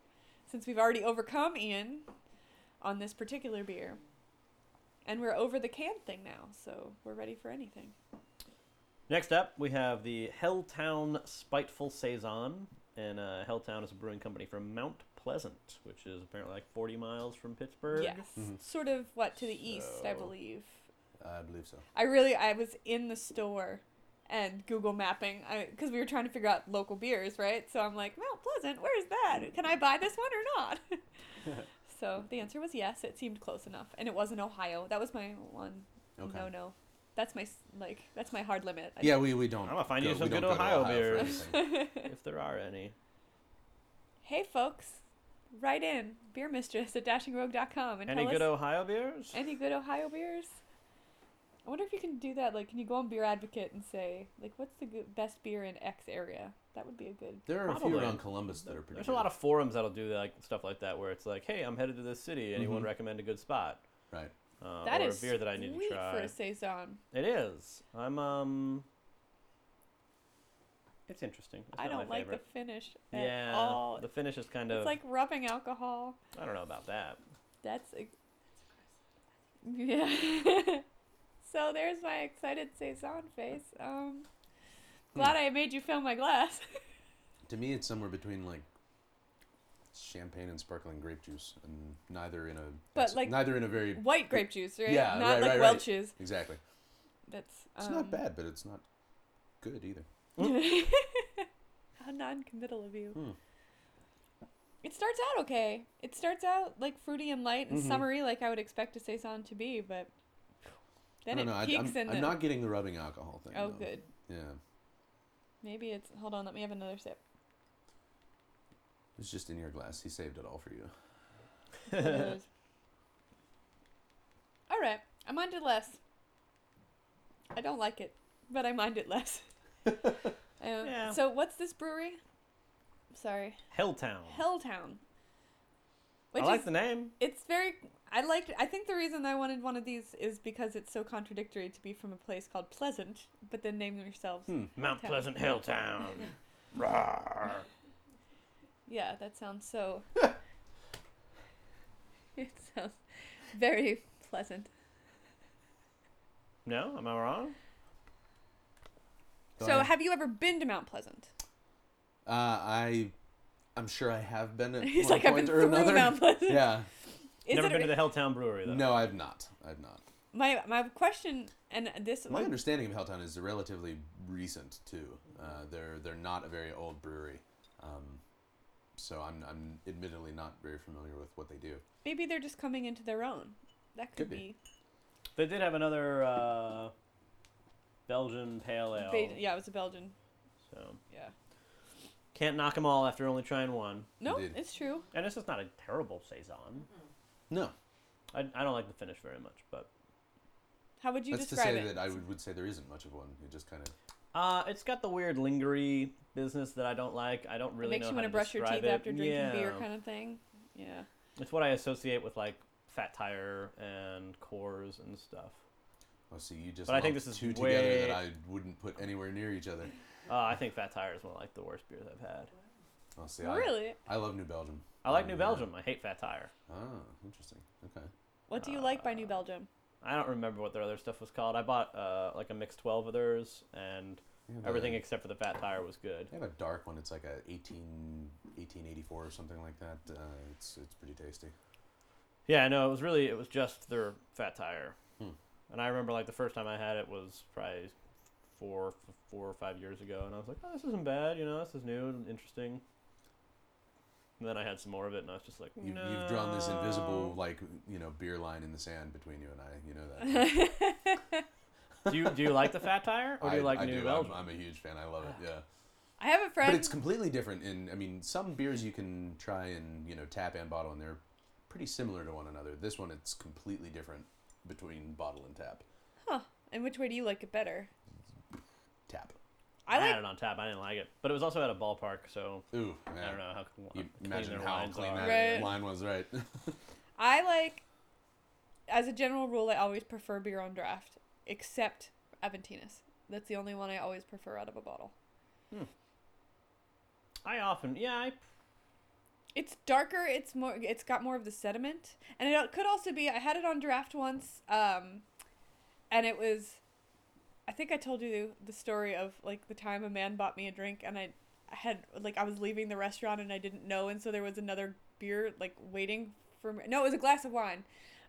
S1: since we've already overcome Ian on this particular beer, and we're over the canned thing now, so we're ready for anything.
S2: Next up, we have the Helltown Spiteful Saison, and uh, Helltown is a brewing company from Mount Pleasant, which is apparently like 40 miles from Pittsburgh.
S1: Yes,
S3: Mhm.
S1: sort of what to the east, I
S2: So-
S1: believe.
S3: I believe so.
S1: I really I was in the store and Google mapping because we were trying to figure out local beers, right? So I'm like, Mount Pleasant, where's that? Can I buy this one or not? <laughs> so the answer was yes. It seemed close enough, and it was in Ohio. That was my one
S3: Okay.
S1: no no. That's my s- like that's my hard limit. I
S3: Yeah, we, we don't.
S2: I'm gonna find you
S3: we
S2: some
S3: don't
S2: good
S3: go to
S2: Ohio
S3: for
S2: beers.
S3: anything.
S1: think.
S2: If there are any.
S1: <laughs> hey folks, write in beer mistress at dashingrogue.com and
S2: Any
S1: tell
S2: good
S1: us
S2: Ohio beers?
S1: any good Ohio beers. I wonder if you can do that. Like, can you go on Beer Advocate and say, like, what's the good, best beer in X area? That would be a good.
S3: There are a
S2: Probably.
S3: few around Columbus that are pretty.
S2: There's a lot of forums that'll do like stuff like that, where it's like, "Hey, I'm headed to this city. Anyone
S3: Mhm.
S2: recommend a good spot?"
S3: Right.
S2: Uh,
S1: That
S2: or
S1: is
S2: a beer that I need to
S1: sweet for
S2: try.
S1: a saison.
S2: It is. I'm um. It's interesting. It's
S1: I
S2: not
S1: don't
S2: my
S1: like
S2: favorite.
S1: the finish at
S2: Yeah,
S1: all.
S2: the finish is kind
S1: It's
S2: of.
S1: like rubbing alcohol.
S2: I don't know
S1: <laughs>
S2: about that.
S1: That's ex- yeah. <laughs> so there's my excited saison face. Um,
S2: Hmm.
S1: glad I made you fill my glass.
S3: To me, it's somewhere between like champagne and sparkling grape juice, and neither in a.
S1: But,
S3: it's
S1: like-
S3: neither in a very
S1: White grape juice, right?
S3: Yeah,
S1: not
S3: right,
S1: like
S3: right, right.
S1: Welch's.
S3: exactly.
S1: That's
S3: It's
S1: um,
S3: not bad, but it's not good either.
S1: <laughs> How non-committal of you.
S3: Hmm.
S1: It starts out okay. It starts out like fruity and light and
S3: Mhm.
S1: summery, like I would expect a saison to be, but then
S3: I
S1: it
S3: don't know. I,
S1: peaks
S3: I'm,
S1: in
S3: I'm
S1: the.
S3: not getting the rubbing alcohol thing.
S1: oh,
S3: though.
S1: good.
S3: Yeah,
S1: Maybe it's. Hold on, let me have another
S3: <laughs>
S1: sip.
S3: it's just in your glass. He saved it all
S1: <laughs>
S3: for you.
S1: That's what it is. All right, I mind it less. I don't like it, but I mind it
S3: <laughs>
S1: less. um,
S2: Yeah.
S1: So what's this brewery? Sorry,
S3: Oh.
S2: Helltown.
S1: Helltown.
S2: I like the name.
S1: it's very i liked i think the reason i wanted one of these is because it's so contradictory to be from a place called pleasant but then name yourselves
S3: Hmm.
S2: Mount
S1: Helltown. <laughs>
S2: Pleasant Helltown. Rawr.
S1: yeah that sounds so
S3: <laughs>
S1: it sounds very pleasant
S2: No, am I wrong?
S3: Go
S1: so
S3: ahead.
S1: have you ever been to mount pleasant
S3: Uh, I, I'm sure I have been
S1: <laughs>
S3: at
S1: he's
S3: one
S1: like i've been
S3: point or
S1: through
S3: another.
S1: mount pleasant
S3: <laughs> yeah,
S1: is
S2: Never
S1: it
S2: been to the Helltown Brewery though.
S3: no, I've not. I've not.
S1: my my question and this
S3: My understanding of Helltown is relatively recent too. Uh, they're they're not a very old brewery, um, so I'm I'm admittedly not very familiar with what they do.
S1: maybe they're just coming into their own that could,
S3: Could be.
S1: be,
S2: They did have another uh, Belgian pale ale.
S1: Ba- yeah it was a belgian
S2: So
S1: yeah
S2: can't knock them all after only trying one.
S1: no
S3: Indeed.
S1: it's true
S2: And this is not a terrible saison.
S3: No,
S2: I, I don't like the finish very much, but
S1: how would you
S3: that's to
S1: describe
S3: say
S1: it
S3: that I would, would say there isn't much of one. It just kind of
S2: uh, it's got the weird lingery business that I don't like. I don't
S1: It
S2: really
S1: makes
S2: know
S1: you
S2: how
S1: want to brush your
S2: describe
S1: teeth
S2: it.
S1: after drinking
S2: yeah.
S1: beer, kind of thing. Yeah.
S2: It's what I associate with like Fat Tire and Coors and stuff.
S3: oh, see you just
S2: But I think
S3: lumped
S2: this is
S3: two together
S2: way-
S3: that I wouldn't put anywhere near each other.
S2: Uh, I think Fat Tire is one of like the worst beers I've had.
S3: Oh, see,
S1: Really?
S3: I, I love New Belgium.
S2: I like
S3: Um,
S2: New
S3: yeah.
S2: Belgium. I hate Fat Tire.
S3: Oh, interesting. Okay.
S1: What do you like
S3: Uh,
S1: by New
S3: <laughs>
S1: Belgium? <laughs>
S2: I don't remember what their other stuff was called. I bought uh, like a mixed twelve of theirs, and
S3: They have
S2: everything
S3: a-
S2: except for the Fat Tire was good.
S3: They have a dark one. It's like a 18, 1884 or something like that. Uh, it's it's pretty tasty.
S2: Yeah, no, it was really it was just their fat tire,
S3: Hmm.
S2: and I remember like the first time I had it was probably four f- four or five years ago, and I was like, oh, this isn't bad, you know, this is new and interesting. And then I had some more of it, and I was just like,
S3: You, You've drawn this invisible,
S2: "No."
S3: like you know, beer line in the sand between you and I. You know
S2: <laughs>
S3: that.
S2: do you do you like the fat tire, or do you
S3: I-
S2: like
S3: I
S2: New
S3: do. I'm,
S2: Belgium?
S3: I'm a huge fan. I love it. Yeah.
S1: I have a
S3: But
S1: friend.
S3: it's completely different. In I mean, some beers you can try and you know tap and bottle, and they're pretty similar to one another. This one, it's completely different between bottle and tap.
S1: and which way do you like it better?
S3: Tap.
S1: I
S2: had
S1: like.
S2: it on tap. I didn't like it, but it was also at a ballpark, so
S3: Ooh,
S2: I don't know how cl-
S3: You
S2: clean
S3: imagine
S2: their
S3: how
S2: lines
S3: clean
S2: are.
S3: that
S1: Right.
S3: line was, right?
S1: I like. As a general rule, I always prefer beer on draft, except Aventinus. That's the only one I always prefer out of a bottle.
S2: I often, yeah, I
S1: It's darker. It's more. It's got more of the sediment, and it could also be. I had it on draft once, um, and it was. I think I told you the story of like the time a man bought me a drink, and I I had like I was leaving the restaurant and I didn't know, and so there was another beer like waiting for me. No, it was a glass of wine,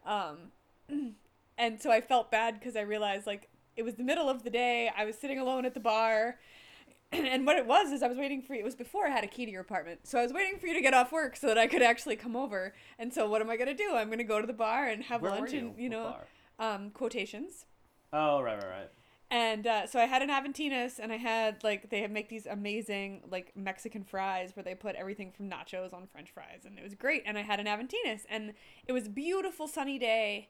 S1: um, <clears throat> and so I felt bad because I realized like it was the middle of the day. I was sitting alone at the bar <clears throat> and what it was is I was waiting for you. It was before I had a key to your apartment, so I was waiting for you to get off work so that I could actually come over. And so, what am I gonna do? I'm gonna go to the bar and have
S2: where were
S1: lunch
S2: you?
S1: and you
S2: What
S1: know,
S2: bar?
S1: um, quotations.
S2: Oh right, right, right.
S1: And uh, so I had an Aventinus, and I had like they make these amazing like Mexican fries where they put everything from nachos on French fries, and it was great. And I had an Aventinus, and it was a beautiful sunny day,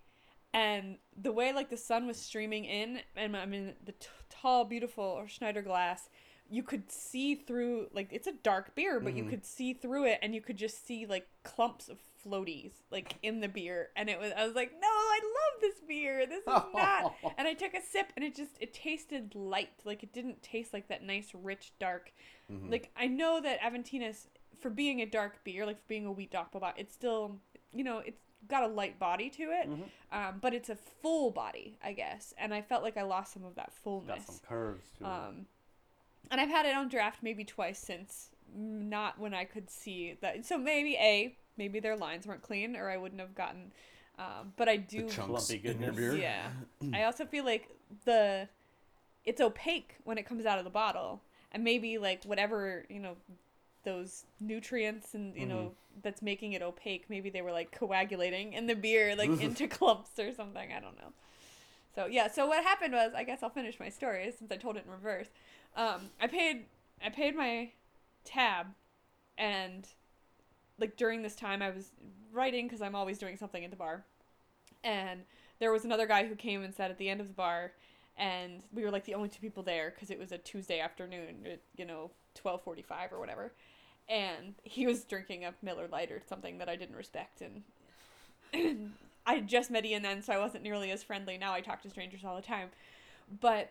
S1: and the way like the sun was streaming in, and I'm in the t- tall, beautiful or Schneider glass, you could see through like it's a dark beer, but you could see through it, and you could just see like clumps of floaties like in the beer, and it was I was like, no, I love this beer.
S3: <laughs>
S1: This is not <laughs> and I took a sip and it just it tasted light. Like it didn't taste like that nice rich dark.
S3: Mm-hmm. Hmm.
S1: Like I know that Aventinus for being a dark beer, like for being a wheat dark bot, it's still you know, it's got a light body to it. Um, but it's a full body, I guess. And I felt like I lost some of that
S2: Got
S1: fullness.
S2: some curves to it.
S1: Um, and I've had it on draft maybe twice since, m- not when I could see that. So maybe a maybe their lines weren't clean, or I wouldn't have gotten. Um, but I
S3: the
S1: do
S3: chunks
S2: Lumpy
S3: in your
S2: goodness.
S3: beer.
S1: yeah. I also feel like the it's opaque when it comes out of the bottle. And maybe like whatever, you know, those nutrients and you know that's making it opaque, maybe they were like coagulating in the beer like into clumps or something, I don't know. So yeah, so what happened was, I guess I'll finish my story since I told it in reverse. Um, I paid I paid my tab and like during this time I was writing cuz I'm always doing something at the bar and there was another guy who came and sat at the end of the bar and we were like the only two people there because it was a tuesday afternoon at you know 12.45 or whatever and he was drinking a miller light or something that i didn't respect and i had just met ian then so i wasn't nearly as friendly now i talk to strangers all the time but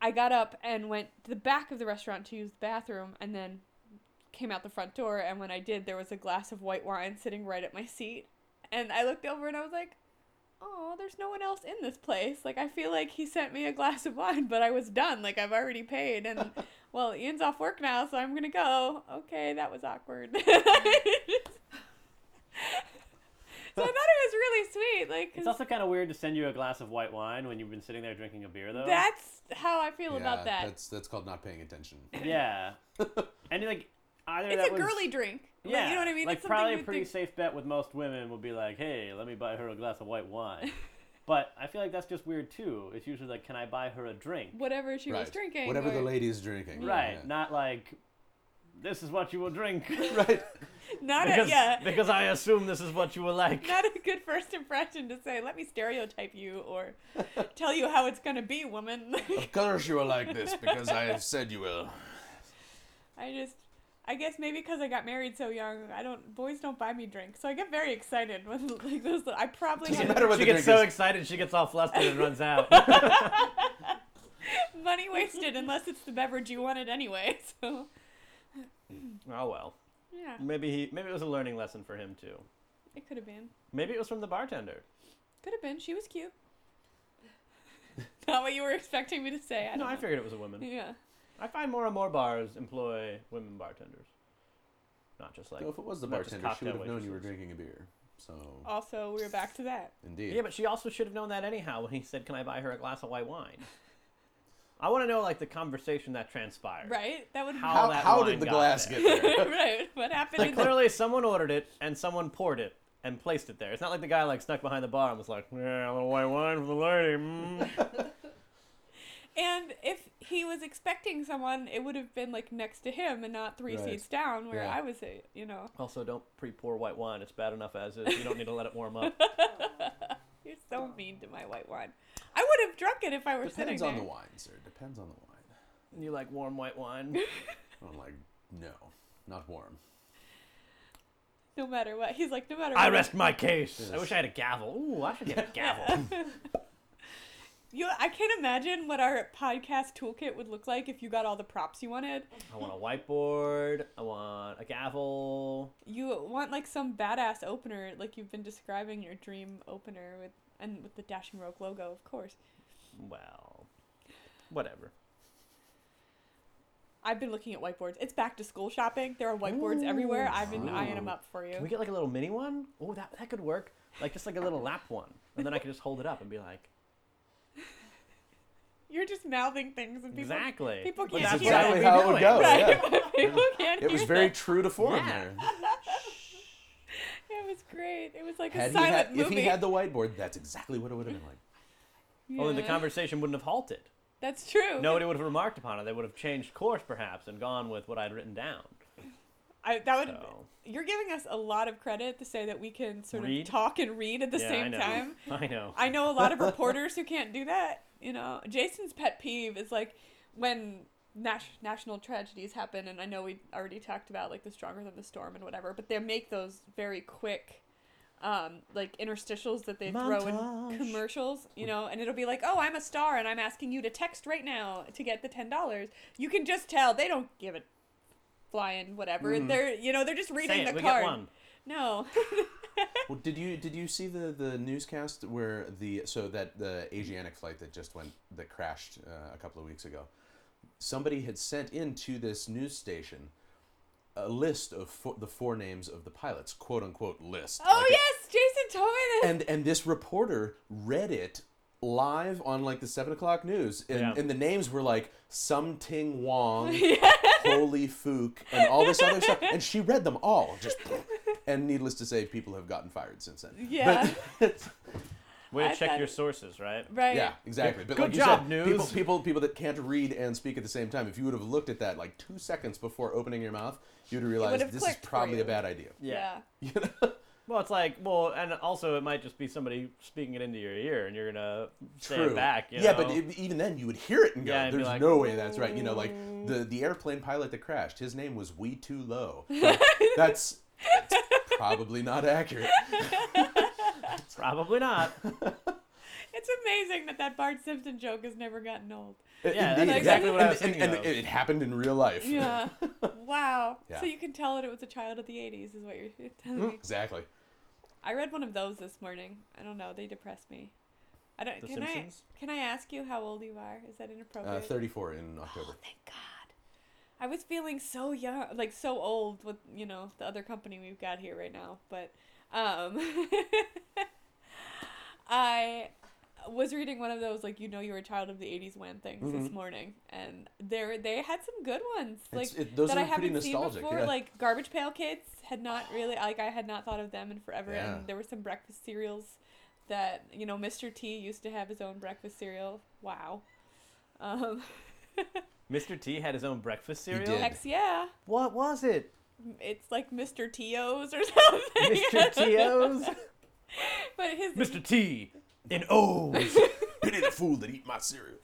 S1: i got up and went to the back of the restaurant to use the bathroom and then came out the front door and when i did there was a glass of white wine sitting right at my seat and i looked over and i was like oh, there's no one else in this place. Like, I feel like he sent me a glass of wine, but I was done. Like, I've already paid.
S2: <laughs>
S1: And, well, Ian's off work now, so I'm going to go. Okay, that was awkward. <laughs> so I thought it was really sweet. Like, 'cause
S2: It's also kind of weird to send you a glass of white wine when you've been sitting there drinking a beer, though.
S1: that's how I feel
S3: Yeah,
S1: about that.
S3: That's that's called not paying attention.
S2: <laughs>
S3: <laughs>
S2: yeah. and like either
S1: It's
S2: that
S1: a
S2: was- <laughs>
S1: girly drink. Like,
S2: Yeah,
S1: you know what I mean?
S2: Like
S1: it's something
S2: probably a
S1: you'd
S2: pretty
S1: think-
S2: safe bet with most women would be like, "Hey, let me buy her a glass of white
S1: <laughs>
S2: wine." but I feel like that's just weird too. It's usually like, "Can I buy her a drink?"
S1: Whatever she
S3: right.
S1: was drinking.
S3: Whatever the
S1: or-
S3: lady is drinking.
S2: Right,
S3: yeah.
S2: not like, "This is what you will drink,"
S3: <laughs> right.
S1: <laughs> Not
S2: <laughs> because
S1: a, yeah.
S2: because I assume this is what you will like.
S1: not a good first impression to say, let me stereotype you or
S3: <laughs>
S1: tell you how it's going to be, woman. <laughs>
S3: Of course you are like this because I have said you will.
S1: I just, I guess maybe because I got married so young, I don't. Boys don't buy me drinks, so I get very excited when <laughs> like those. I probably
S3: Doesn't
S1: have
S3: matter what
S2: she
S3: the
S2: gets
S3: drink
S2: so
S3: is.
S2: excited she gets all flustered and runs out.
S1: money wasted unless it's the beverage you wanted anyway. <laughs> So
S2: oh well,
S1: yeah,
S2: maybe he maybe it was a learning lesson for him too.
S1: it could have been.
S2: Maybe it was from the bartender.
S1: Could have been. She was cute. <laughs> Not what you were expecting me to say. I
S2: no,
S1: don't
S2: I
S1: know.
S2: figured it was a woman.
S1: Yeah.
S2: I find more and more bars employ women bartenders, not just like
S3: Well, if it was the
S2: not just
S3: bartender, she would
S2: cocktail
S3: have known you were
S2: waitresses. Oh,
S3: drinking a beer. So
S1: Also, we were back to that.
S3: indeed.
S2: Yeah, but she also should have known that anyhow when he said, "Can I buy her a glass of white wine?" I want to know like the conversation that transpired.
S1: Right? That would <laughs>
S2: How-
S3: How,
S2: that
S3: how
S2: wine
S3: did the
S2: got
S3: glass
S2: there. <laughs>
S3: get there?
S1: right. What happened
S2: Like
S1: in the
S2: clearly someone ordered it and someone poured it and placed it there. It's not like the guy like snuck behind the bar and was like, "Yeah, a little white wine for the lady." Mm.
S1: And if he was expecting someone, it would have been like next to him and not three
S3: Right.
S1: seats down where
S3: Yeah.
S1: I was, at, you know.
S2: also, don't pre-pour white wine. It's bad enough as is. You don't need to let it warm up.
S1: You're so mean to my white wine. I would have drunk it if I were
S3: Depends
S1: sitting
S3: on
S1: there.
S3: the wine, sir. Depends on the wine.
S2: You like warm white wine?
S3: I'm like, no,
S2: <laughs>
S3: not warm.
S1: No matter what. He's like, no matter
S2: I
S1: what.
S2: rest my case. I
S3: Yes.
S2: wish I had a gavel. Ooh, I should get a gavel.
S1: You, I can't imagine what our podcast toolkit would look like if you got all the props you wanted.
S2: I want a whiteboard. I want a gavel.
S1: You want like some badass opener, like you've been describing your dream opener with, and with the Dashing Rogue logo, of course.
S2: Well, whatever.
S1: I've been looking at whiteboards. It's back to school shopping. There are whiteboards everywhere. I've been eyeing them up for you.
S2: Can we get like a little mini one? Oh, that that could work. Like just like a little lap one, and then I could just hold it up and be like,
S1: You're just mouthing things and people <laughs>
S2: exactly.
S1: people
S2: But
S1: can't
S2: that's
S1: hear
S2: what
S1: it.
S2: I would be
S3: Exactly how it would
S2: doing.
S3: go.
S1: right?
S3: yeah.
S1: but people can't
S3: It was
S1: hear
S3: very
S1: them.
S3: true to form
S2: Yeah.
S3: there.
S1: It was great. It was like
S3: Had
S1: a
S3: he had,
S1: silent
S3: if
S1: movie.
S3: he had the whiteboard, that's exactly what it would have been like.
S2: Only Oh, the
S1: Yeah.
S2: conversation wouldn't have halted.
S1: That's true.
S2: Nobody would have remarked upon it. They would have changed course perhaps and gone with what I'd written down.
S1: I, that would.
S2: So
S1: You're giving us a lot of credit to say that we can sort
S2: Read?
S1: of talk and read at the
S2: yeah, I
S1: same
S2: know.
S1: time.
S2: <laughs> I know.
S1: I know a lot of reporters who can't do that. You know, Jason's pet peeve is like when nas- national tragedies happen, and I know we already talked about like the stronger than the storm and whatever, but they make those very quick, um, like interstitials that they throw
S2: Montage.
S1: in commercials. You know, and it'll be like, oh, I'm a star, and I'm asking you to text right now to get the ten dollars. You can just tell they don't give it flying whatever. They're you know they're just reading
S2: Mm. Say
S1: the
S2: it. We
S1: card.
S2: get one.
S1: No. <laughs>
S3: Well, did you did you see the the newscast where the so that the Asiatic flight that just went that crashed uh, a couple of weeks ago? Somebody had sent into this news station a list of fo- the four names of the pilots, quote unquote list.
S1: oh
S3: Like,
S1: yes, Jason told me this.
S3: and and this reporter read it live on like the seven o'clock news, and,
S2: Yeah.
S3: and the names were like Sum
S1: <laughs>
S3: Ting Wong, Holy Fook, and all this other stuff, and she read them all. Just and needless to say, people have gotten fired since then. But-
S1: Yeah.
S2: Way to
S1: I
S2: check
S1: thought-
S2: your sources, right?
S1: Right.
S3: yeah, exactly. But
S2: Good
S3: like you
S2: job,
S3: said,
S2: news.
S3: People, people, people that can't read and speak at the same time. If you would have looked at that like two seconds before opening your mouth, you'd have
S1: have
S3: realized this is
S1: clicked for
S3: probably
S1: you.
S3: a bad idea. <laughs>
S1: Yeah.
S2: Well, it's like, well, and also it might just be somebody speaking it into your ear, and you're gonna say
S3: True.
S2: it back. You
S3: yeah,
S2: know?
S3: but it, even then, you would hear it and go,
S2: Yeah, and be
S3: "There's
S2: like,
S3: no way that's right." You know, like the the airplane pilot that crashed. His name was We Too Low.
S1: <laughs>
S3: that's, that's probably not accurate.
S2: probably
S3: <laughs>
S2: not. <laughs>
S1: It's amazing that that Bart Simpson joke has never gotten old.
S2: Yeah, that's
S3: Indeed,
S2: exactly what I
S3: And-
S2: was
S3: and,
S2: thinking
S3: and
S2: of.
S3: it, it happened in real life.
S1: Yeah. wow.
S3: Yeah. Mm.
S1: So you can tell that it was a child of the 80s, is what you're <laughs> telling me.
S3: Exactly.
S1: I read one of those this morning. I don't know. They depressed me. I don't.
S2: The
S1: can
S2: Simpsons?
S1: I? Can I ask you how old you are? Is that inappropriate?
S3: Uh, Thirty-four in October.
S1: Oh, Thank God. I was feeling so young, like so old with you know the other company we've got here right now, but um, <laughs> I was reading one of those like you know you're a child of the '80s when things this morning, and there they had some good ones like
S3: Mm-hmm. It's- it- those
S1: that
S3: are
S1: I
S3: pretty
S1: haven't seen
S3: nostalgic,
S1: before.
S3: yeah. <laughs>
S1: Like Garbage Pail Kids had not really like I had not thought of them in forever,
S3: Yeah.
S1: and there were some breakfast cereals that you know Mr. T used to have his own breakfast cereal. Wow. Um,
S2: Mr. T had his own breakfast cereal.
S3: did.
S1: X, yeah.
S2: What
S1: <laughs>
S2: was it?
S1: It's like Mr. T.O.'s or <laughs> something.
S2: Mr. T.O.'s?
S1: <laughs> but his
S2: Mr. T in O's.
S3: Pity the fool that eat
S1: <laughs>
S3: my cereal.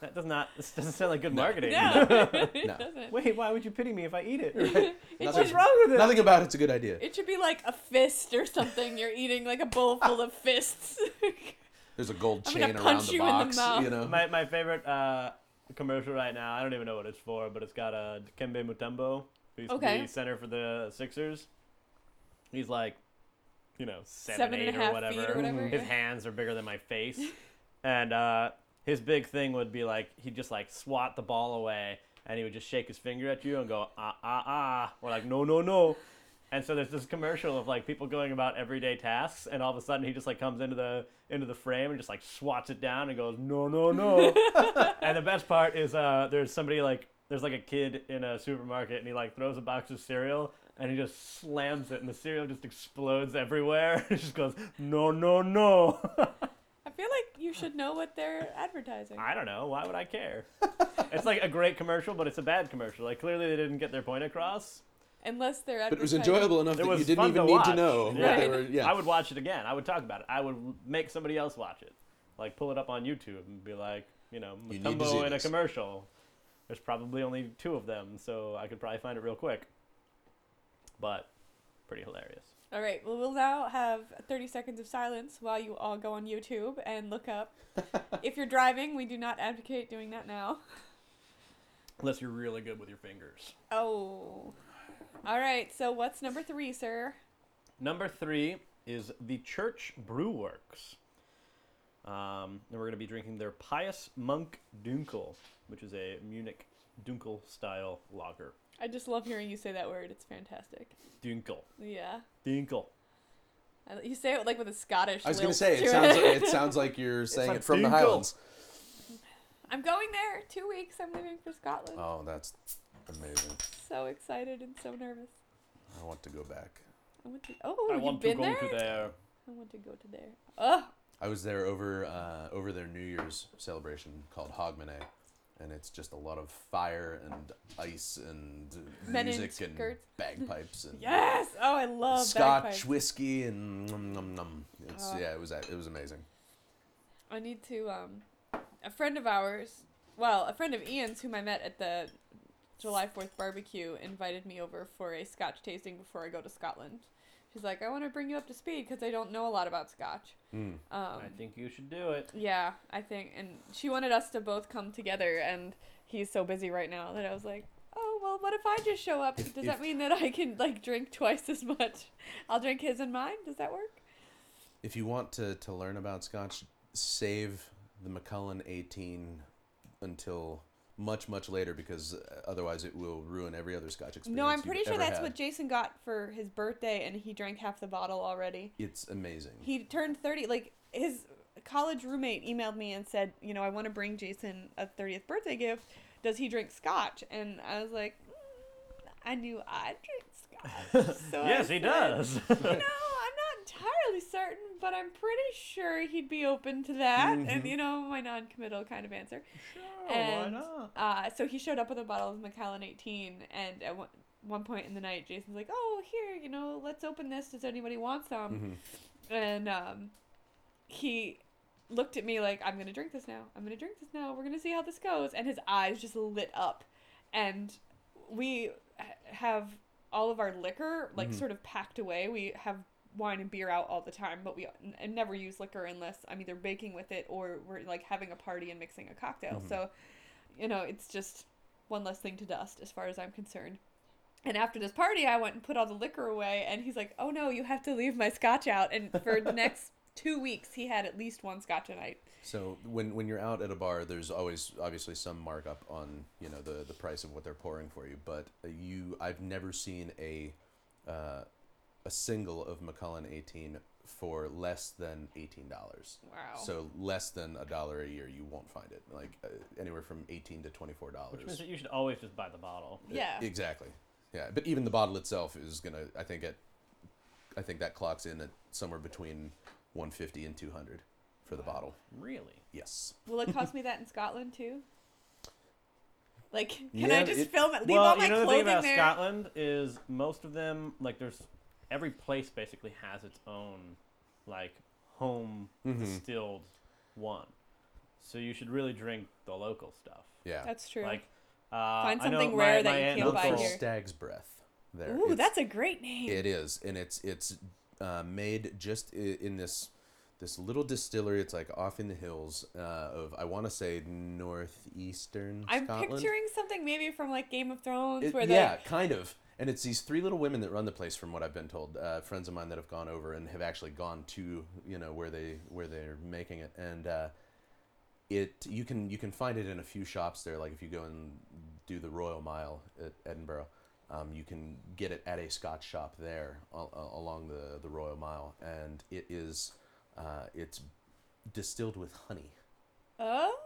S2: That does not. This doesn't sound like good marketing.
S1: No. <laughs> it
S3: No.
S1: doesn't.
S2: <laughs> Wait, why would you pity me if I eat it?
S1: It
S3: Nothing-
S1: should,
S2: wrong with it?
S3: Nothing about it's a good idea.
S1: it should be like a fist or something. You're eating like a bowl full of fists. <laughs>
S3: There's a gold
S1: I'm gonna
S3: chain around
S1: punch
S3: the
S1: you in the
S3: box.
S1: mouth.
S3: you know.
S2: My my favorite uh, commercial right now. I don't even know what it's for, but it's got a uh, Dikembe Mutombo, who's
S1: Okay.
S2: the center for the Sixers. He's like, you know, seven,
S1: Seven
S2: eight,
S1: and a half
S2: or whatever.
S1: feet or whatever,
S2: His
S1: yeah.
S2: hands are bigger than my face, <laughs> and uh, his big thing would be like he'd just like swat the ball away, and he would just shake his finger at you and go ah ah ah, or like no no no. And so there's this commercial of like people going about everyday tasks, and all of a sudden he just like comes into the into the frame and just like swats it down and goes no
S1: <laughs>
S2: no no. and the best part is uh, there's somebody like there's like a kid in a supermarket and he like throws a box of cereal and he just slams it and the cereal just explodes everywhere. <laughs> it just goes no no no. <laughs>
S1: I feel like you should know what they're advertising.
S2: I don't know. Why would I care? it's like a great commercial, but it's a bad commercial. Like clearly they didn't get their point across.
S1: Unless they're
S3: But it was
S1: advertising.
S3: enjoyable enough
S2: It
S3: that
S2: was
S3: you didn't
S2: fun
S3: even
S2: to
S3: need to
S2: watch.
S3: know. what
S2: Yeah.
S3: they were- yeah.
S2: I would watch it again. I would talk about it. I would make somebody else watch it. Like pull it up on YouTube and be like, you know,
S3: You need to see
S2: Matumbo in a
S3: this.
S2: commercial. There's probably only two of them, so I could probably find it real quick. But pretty hilarious.
S1: All right. Well, we'll now have 30 seconds of silence while you all go on YouTube and look up. if you're driving, we do not advocate doing that now.
S2: Unless you're really good with your fingers.
S1: Oh. All right. So what's number three, sir?
S2: Number three is the Church Brew Works. Um, and we're going to be drinking their Pious Monk Dunkel, which is a Munich Dunkel style lager.
S1: I just love hearing you say that word. It's fantastic.
S2: Dunkel.
S1: Yeah.
S2: Dunkel.
S1: I- You say it like with a Scottish.
S3: I was going
S1: lilt
S3: to say,
S1: to
S3: it
S2: <laughs>
S3: sounds, it sounds like you're saying
S2: like
S3: it from the
S2: Dingle.
S3: Highlands.
S1: <laughs> I'm going there. Two weeks. I'm leaving for Scotland.
S3: Oh, that's amazing.
S1: So excited and so nervous.
S3: I want to go back.
S1: I want to. Oh,
S2: I
S1: you've
S2: want to
S1: been
S2: go
S1: there.
S2: to there.
S1: I want to go to there. Oh, Ugh.
S3: I was there over uh, over their New Year's celebration called Hogmanay, and it's just a lot of fire and ice and
S1: Men in
S3: music and
S1: skirts. <laughs>
S3: bagpipes and
S1: Yes. Oh, I love
S3: Scotch
S1: bagpipes.
S3: whiskey and nom nom nom. It's,
S1: Oh.
S3: yeah, it was a- it was amazing.
S1: I need to um a friend of ours, well, a friend of Ian's whom I met at the July 4th barbecue invited me over for a scotch tasting before I go to Scotland. She's like, "I want to bring you up to speed because I don't know a lot about scotch."
S3: Mm.
S1: Um
S2: I think you should do it.
S1: yeah, I think and she wanted us to both come together and he's so busy right now that I was like, "Oh, well, what if I just show up?
S3: If-
S1: Does that
S3: if-
S1: mean that I can like drink twice as much? I'll drink his and mine. Does that work?"
S3: If you want to to learn about Scotch, save the Macallan 18 until much much later because uh, otherwise it will ruin every other Scotch experience.
S1: No, I'm
S3: you've
S1: pretty sure
S3: ever
S1: that's
S3: had.
S1: what Jason got for his birthday, and he drank half the bottle already.
S3: It's amazing.
S1: He turned 30. Like, his college roommate emailed me and said, You know, I want to bring Jason a 30th birthday gift. Does he drink scotch? And I was like, "Mm, I knew I drink
S3: <laughs>
S1: scotch. So I
S2: yes, he
S1: said, <laughs>
S2: does. <laughs> Oh,
S1: No, I'm not entirely certain, but I'm pretty sure he'd be open to that. And, you know, my non committal kind of answer.
S2: <laughs>
S1: And, Uh, so he showed up with a bottle of Macallan 18, and at one, one point in the night, Jason's like, "Oh, here, you know, let's open this. Does anybody want some?"
S3: Mhm.
S1: And um, he looked at me like, "I'm gonna drink this now. I'm gonna drink this now. We're gonna see how this goes." And his eyes just lit up, and we h- have all of our liquor like
S3: Mhm.
S1: sort of packed away. We have wine and beer out all the time, but we n- I never use liquor unless I'm either baking with it or we're like having a party and mixing a cocktail.
S3: Mhm.
S1: So, you know, it's just one less thing to dust as far as I'm concerned. And after this party, I went and put all the liquor away, and he's like, "Oh no, you have to leave my scotch out." And for the
S2: <laughs>
S1: next two weeks, he had at least one scotch a night.
S3: So when when you're out at a bar, there's always obviously some markup on you know the the price of what they're pouring for you. But you, I've never seen a uh, a single of Macallan 18 for less than eighteen dollars.
S1: Wow.
S3: So less than a dollar a year, you won't find it like uh, anywhere from eighteen to twenty four
S2: Which means
S3: dollars. E,
S2: that you should always just buy the bottle.
S1: yeah.
S3: Exactly. Yeah, but even the bottle itself is gonna. I think at I think that clocks in at somewhere between one fifty and two hundred for the bottle.
S2: Really?
S3: Yes.
S1: Will it
S3: <laughs>
S1: cost me that in Scotland too? Like, can I
S3: Yeah,
S1: just
S3: it-
S1: film it? Leave
S2: well,
S1: all my
S2: you know the thing
S1: clothing
S2: about
S1: there.
S2: Scotland is most of them like there's every place basically has its own like home distilled one. So you should really drink the local stuff.
S3: Yeah.
S1: That's true.
S2: Like uh,
S1: Find
S2: I know
S1: something
S2: my-
S1: rare that
S2: my
S1: you
S2: aunt
S1: can't
S2: and
S3: Look
S1: buy
S3: for
S2: uncle-
S1: here.
S3: stag's breath. There.
S1: Ooh,
S3: It's-
S1: that's a great name.
S3: It is, and it's it's uh, made just i- in this this little distillery. It's like off in the hills uh, of I want to say northeastern
S1: I'm
S3: Scotland.
S1: picturing something maybe from like Game of Thrones
S3: It-
S1: where they
S3: yeah, kind of. And it's these three little women that run the place, from what I've been told. Uh, friends of mine that have gone over and have actually gone to you know where they where they're making it, and uh, it you can you can find it in a few shops there. Like if you go and do the Royal Mile at Edinburgh, Um, you can get it at a Scotch shop there al- al- along the, the Royal Mile, and it is uh, it's distilled with honey,
S1: Oh.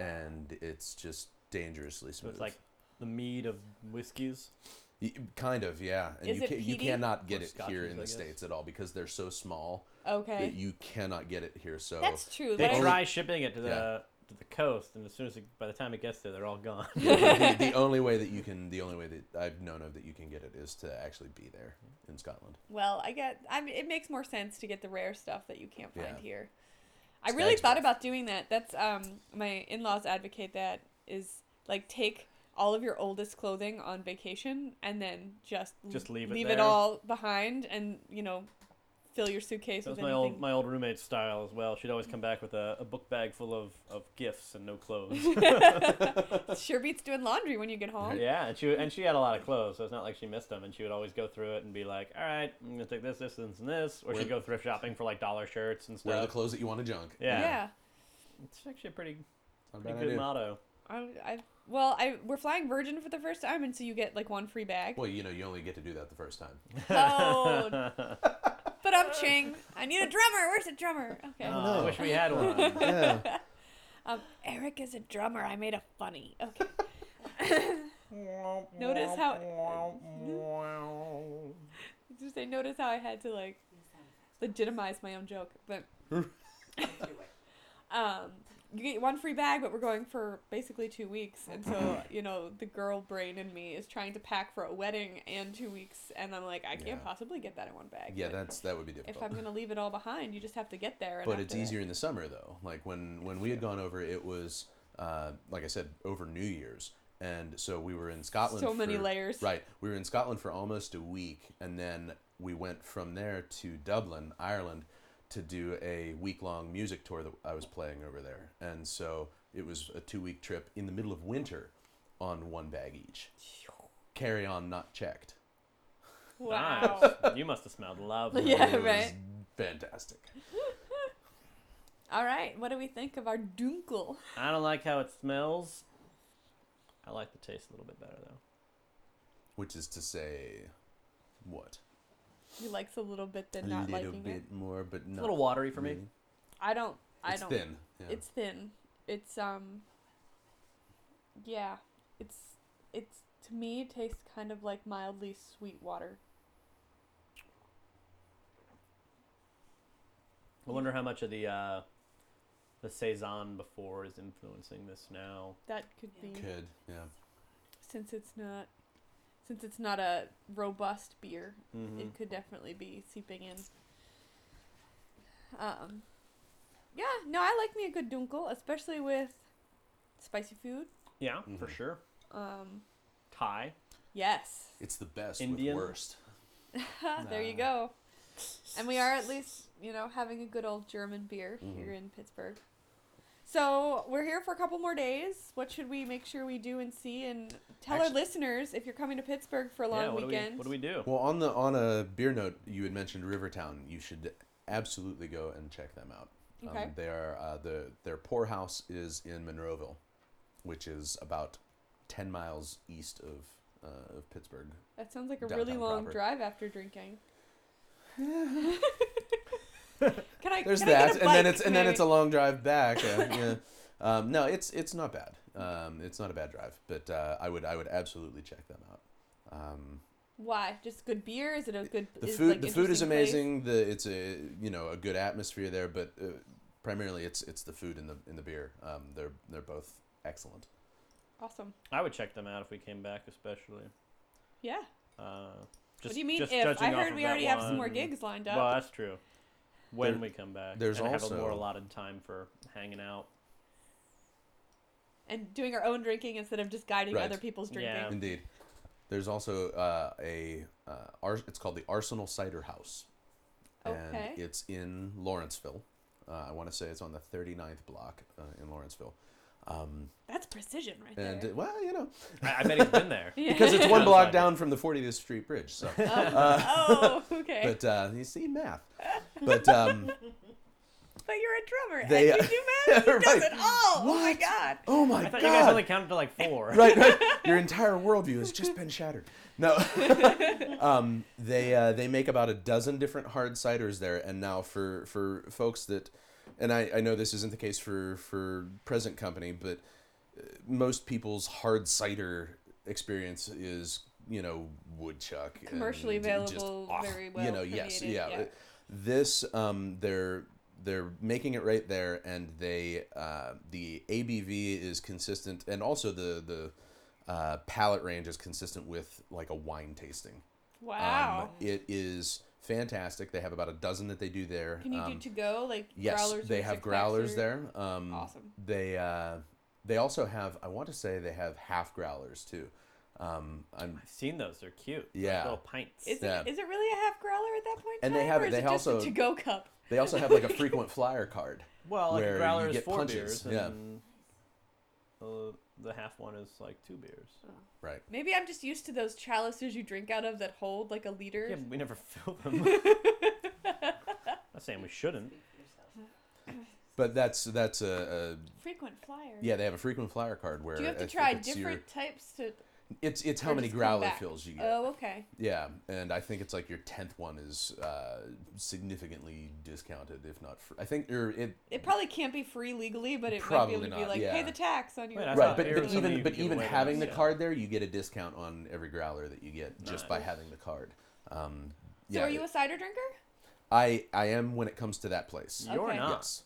S3: and it's just dangerously
S2: So
S3: smooth.
S2: it's like the mead of whiskeys.
S3: Y- kind of yeah, and
S1: Is
S3: you
S1: it
S3: you
S1: peaty?
S3: cannot get
S2: Or
S3: it here
S2: Scotches,
S3: in
S2: I
S3: the
S2: guess.
S3: states at all because they're so small
S1: Okay.
S3: that you cannot get it here. So
S1: That's true.
S2: They
S1: Like,
S2: try shipping it to the
S3: Yeah.
S2: to the coast, and as soon as it, by the time it gets there, they're all
S3: <laughs>
S2: gone.
S3: <laughs>
S2: <laughs>
S3: the, the only way that you can the only way that I've known of that you can get it is to actually be there in Scotland.
S1: Well, I get. I mean, it makes more sense to get the rare stuff that you can't find
S3: Yeah.
S1: here. I really
S3: Stag's
S1: thought
S3: breath.
S1: about doing that. That's um my in-laws advocate that is like take all of your oldest clothing on vacation and then just
S2: Just leave it
S1: leave it
S2: there.
S1: all behind and you know fill your suitcase
S2: That was
S1: with
S2: my
S1: anything.
S2: old my old roommate's style as well. She'd always come back with a, a book bag full of, of gifts and no
S3: <laughs>
S2: clothes. <laughs>
S1: <laughs> sure beats doing laundry when you get home.
S2: yeah, and she and she had a lot of clothes, so it's not like she missed them. And she would always go through it and be like, "All right, I'm gonna take this, this, this, and this," or
S3: Where-
S2: she'd go thrift shopping for like dollar shirts and
S3: Wear the
S2: stuff.
S3: clothes that you want to junk.
S2: yeah.
S1: yeah.
S2: It's actually a pretty,
S3: Not a
S2: pretty
S3: bad
S2: good
S3: idea.
S2: motto. <laughs>
S1: I, I well, I we're flying Virgin for the first time, and so you get like one free bag.
S3: Well, you know, you only get to do that the first time. <laughs>
S1: Oh, but I'm Ching. I need a drummer. Where's the drummer? Okay.
S2: Aw, I
S3: no.
S2: wish we had one.
S3: Oh, <laughs> yeah.
S1: <laughs> Um, Eric is a drummer. I made a funny. <laughs> Okay. Notice how- Just say notice how I had to like legitimize my own joke,
S3: <laughs>
S1: but um, you get one free bag, but we're going for basically two weeks, and so you know the girl brain in me is trying to pack for a wedding and two weeks, and I'm like, I can't
S3: Yeah.
S1: possibly get that in one bag.
S3: Yeah,
S1: But
S3: that's that would be
S1: if
S3: difficult.
S1: I'm gonna leave it all behind, you just have to get there. And
S3: But it's
S1: after that-
S3: easier in the summer though. Like when when we had gone over, it was uh, like I said over New Year's, and so we were in Scotland.
S1: So many
S3: for-
S1: layers.
S3: Right, we were in Scotland for almost a week, and then we went from there to Dublin, Ireland, to do a week long music tour that I was playing over there, and so it was a two week trip in the middle of winter, on one bag each, carry on not checked.
S1: Wow.
S2: Nice. You must have smelled lovely.
S3: <laughs>
S1: Yeah,
S3: It was
S1: right.
S3: Fantastic.
S1: All right. What do we think of our dunkel?
S2: I don't like how it smells. I like the taste a little bit better though.
S3: Which is to say, what?
S1: He likes a little bit, then not
S3: a little
S1: liking
S3: bit
S1: it.
S3: more, but
S2: It's
S3: not
S2: a little watery for me.
S3: really.
S1: I don't. I
S3: It's
S1: don't.
S3: thin. Yeah.
S1: It's thin. It's um. Yeah, it's it's to me tastes kind of like mildly sweet water.
S2: I wonder how much of the uh, the saison before is influencing this now.
S1: That could be
S3: Could, yeah.
S1: since it's not since it's not a robust beer,
S2: Mm-hmm.
S3: Mm.
S1: it could definitely be seeping in. Um, yeah, no, I like me a good dunkel, especially with spicy food.
S2: Yeah, for
S3: Mhm.
S2: sure.
S1: Um,
S2: Thai.
S1: yes,
S3: It's the best
S2: Indian?
S3: with worst.
S1: <laughs> there you
S2: Nah.
S1: go. And we
S3: <laughs>
S1: are at least, you know, having a good old German beer here
S3: Mhm.
S1: in Pittsburgh. So we're here for a couple more days. What should we make sure we do and see? And tell our
S3: Actu-
S1: listeners if you're coming to Pittsburgh for a long
S2: yeah, what
S1: weekend.
S2: Do we, what do we do?
S3: Well, on the on a beer note, you had mentioned Rivertown. You should absolutely go and check them out.
S1: Okay.
S3: Um, they are uh, the their poorhouse is in Monroeville, which is about ten miles east of uh, of Pittsburgh.
S1: that sounds like a really
S3: Downtown
S1: long
S3: proper.
S1: drive after
S3: <laughs>
S1: drinking. <laughs> can I?
S3: There's
S1: can I get
S3: that,
S1: a
S3: and then
S1: bike,
S3: it's and then it's a
S1: maybe?
S3: long drive back.
S1: <laughs>
S3: uh, yeah. Um, no, it's it's not bad. Um, it's not a bad drive, but uh, I would I would absolutely check them out. Um,
S1: Why? Just good beer? Is it a good?
S3: the
S1: is it,
S3: food
S1: like,
S3: the food is
S1: interesting place?
S3: amazing the it's a you know a good atmosphere there but uh, primarily it's it's the food and the in the beer um, they're they're both excellent
S1: Awesome.
S2: I would check them out if we came back, especially.
S1: Yeah.
S2: Uh,
S1: what
S2: just,
S1: do you mean?
S2: just
S1: If
S2: judging
S1: I
S2: off
S1: heard
S2: of
S1: we
S2: that
S1: already have some more
S2: one-
S1: gigs lined up.
S2: Well, that's true. When
S3: There-
S2: we come back,
S3: there's
S2: and have a
S3: also-
S2: more allotted time for hanging out.
S1: and doing our own drinking instead of just guiding
S3: Right.
S1: other people's drinking.
S2: Yeah.
S3: indeed there's also uh, a uh, Ar- it's called the Arsenal Cider House
S1: Okay.
S3: and it's in Lawrenceville uh, I want to say it's on the 39th block uh, in Lawrenceville um,
S1: That's precision right
S3: and uh,
S1: there.
S3: well
S1: <laughs>
S3: you know
S2: I, I bet he's been there.
S1: Yeah.
S3: because it's <laughs>
S1: <laughs>
S3: one uh,
S2: Sounds
S3: block
S2: like it.
S3: down from the 40th Street Bridge so
S1: oh, oh, <laughs> okay. But, <laughs>
S3: but uh, you see math but um,
S1: you're a drummer
S3: They- uh,
S1: and you do
S3: <laughs>
S1: He does it all. Oh my
S3: What?
S1: god.
S3: Oh my
S2: I thought
S3: god!
S2: you guys only counted to like four.
S3: right, right. Your entire worldview has just been shattered. No, <laughs> um, they uh, they make about a dozen different hard ciders there, and now for for folks that, and I, I know this isn't the case for for present company, but uh, most people's hard cider experience is you know woodchuck and
S1: Commercially available, very well
S3: you know yes
S1: created,
S3: yeah.
S1: yeah.
S3: this um they're they're making it right there and they uh, the abv is consistent and also the the uh, palette range is consistent with like a wine tasting
S1: Wow.
S3: um, it is fantastic they have about a dozen that they do there
S1: Can you
S3: um,
S1: do to go like
S3: yes
S1: growlers?
S3: they
S1: or
S3: have
S1: six-packs
S3: growlers
S1: or-
S3: there um,
S1: Awesome.
S3: they uh, they also have i want to say they have half growlers too um, I'm,
S2: I've seen those. They're cute. They're
S3: Yeah.
S2: Like little pints.
S1: Is,
S3: Yeah.
S1: it, is it really a half growler at that point? in
S3: And they
S1: time,
S3: have
S1: or
S3: it-
S1: is
S3: they
S1: just
S3: also-
S1: a to go cup.
S3: they also have like a
S1: <laughs>
S3: frequent flyer card
S2: well, like
S3: where
S2: a
S3: you
S2: growler is
S3: get
S2: four
S3: punches,
S2: beers.
S3: yeah.
S2: And uh, the half one is like two beers.
S3: right
S1: Maybe I'm just used to those chalices you drink out of that hold like a liter.
S2: Yeah, but we never <laughs> fill them. not saying we shouldn't.
S3: But that's that's a,
S1: Frequent flyer.
S3: a yeah. They have a frequent flyer card where
S1: Do you have
S3: I
S1: to
S3: think
S1: try
S3: it's your-
S1: different types to?
S3: it's it's how
S1: or
S3: many
S1: just come
S3: growler
S1: back?
S3: fills you get.
S1: Oh, okay.
S3: yeah, and I think it's like your tenth one is uh, significantly discounted, if not. Fr- I think or it
S1: It probably can't be free legally, but it might
S3: Probably
S1: be able to
S3: not,
S1: be like
S3: yeah.
S1: pay the tax on your.
S2: Wait, I
S3: right,
S2: thought
S3: but,
S2: beer
S3: but
S2: was something
S3: even
S2: you
S3: but
S2: could
S3: even
S2: win,
S3: having the
S2: yeah.
S3: card there, you get a discount on every growler that you get just by
S2: Nice.
S3: having the card. Um,
S1: so
S3: yeah,
S1: are you a cider drinker?
S3: I I am when it comes to that place.
S2: You're
S1: Okay.
S2: not.
S3: Yes.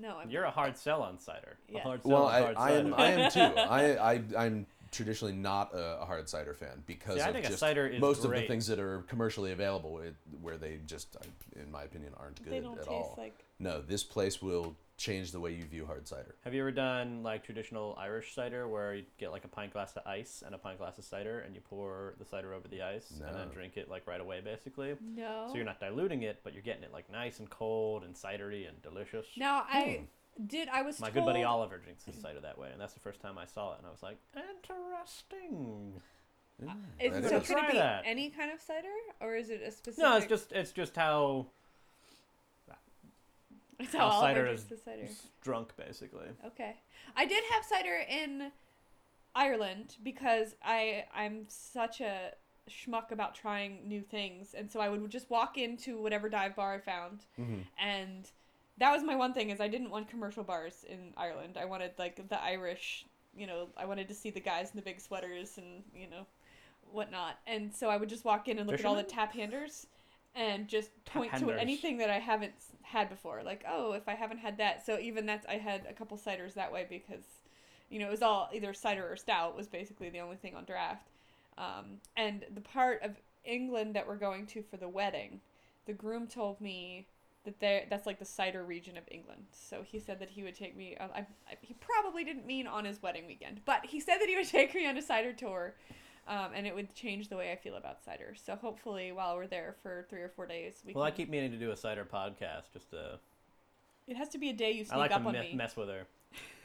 S1: No, I'm.
S2: You're a hard sell on cider.
S1: Yeah.
S2: A hard sell
S3: Well,
S2: on
S3: I,
S2: hard
S3: I
S2: <laughs>
S3: am
S2: cider.
S3: I am too. I, I I'm traditionally not a, a hard cider fan because
S2: See, I
S3: of
S2: think a
S3: just
S2: cider is
S3: most of the
S2: great.
S3: things that are commercially available it, where they just, I- in my opinion, aren't good
S1: they don't
S3: at
S1: taste
S3: all.
S1: like.
S3: No, this place will change the way you view hard cider.
S2: Have you ever done like traditional Irish cider where you get like a pint glass of ice and a pint glass of cider and you pour the cider over the ice and then
S3: No.
S2: drink it like right away basically?
S1: No.
S2: So you're not diluting it, but you're getting it like nice and cold and cidery and delicious.
S1: Now I did. I was
S2: Hmm. My
S1: told,
S2: good buddy Oliver drinks his cider that way, and that's the first time I saw it, and I was like, interesting.
S1: Is,
S3: Hmm. That
S1: so
S3: is.
S1: could it
S2: Try
S1: be
S2: that.
S1: any kind of cider, or is it a specific?
S2: No, it's just it's just how
S1: <laughs> it's
S2: how
S1: Oliver
S2: cider
S1: drinks
S2: is-
S1: the cider.
S2: it's drunk basically.
S1: Okay, I did have cider in Ireland because I I'm such a schmuck about trying new things, and so I would just walk into whatever dive bar I found,
S3: Mm-hmm.
S1: and that was my one thing is I didn't want commercial bars in Ireland. I wanted like the Irish, you know, I wanted to see the guys in the big sweaters and you know, whatnot. And so I would just walk in and look at all the tap handers. And just point to
S2: handers.
S1: anything that I haven't s- had before. Like, oh, if I haven't had that. So even that's, I had a couple ciders that way because, you know, it was all either cider or stout was basically the only thing on draft. Um, and the part of England that we're going to for the wedding, the groom told me that there that's like the cider region of England. So he said that he would take me. Uh, I, I, he probably didn't mean on his wedding weekend, but he said that he would <laughs> take me on a cider tour, um, and it would change the way I feel about cider. So hopefully, while we're there for three or four days, we
S2: Well, I
S1: can,
S2: keep meaning to do a cider podcast. Just uh,
S1: it has to be a day you
S2: I
S1: sneak
S2: like to
S1: up on
S2: me-
S1: me.
S2: mess with her.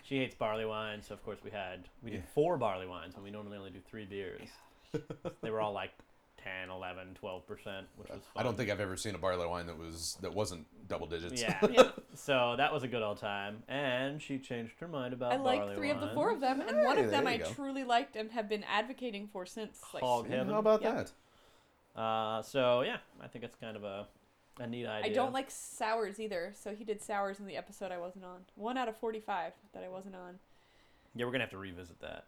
S2: She hates barley wine, so of course we had we did
S3: Yeah.
S2: four barley wines when we normally only do three beers. they were all like 10, 11, 12 percent, which was fun.
S3: Uh, I don't think I've ever seen a barley wine that was that wasn't double
S2: <laughs>
S3: digits.
S2: Yeah.
S1: Yeah.
S2: So that was a good old time, and she changed her mind about
S1: I like
S2: barley
S1: three of the
S2: wine.
S1: four of them, and one
S3: Hey,
S1: of them
S3: there
S1: I
S3: you go.
S1: truly liked and have been advocating for since. Like,
S2: Hog
S3: Yeah,
S2: heaven.
S3: <laughs> how about
S1: Yeah.
S3: that?
S2: Uh, so yeah, I think it's kind of a, a neat idea.
S1: I don't like sours either, so he did sours in the episode I wasn't on. One out of 45 that I wasn't on.
S2: Yeah, we're gonna have to revisit
S1: <laughs>
S2: that.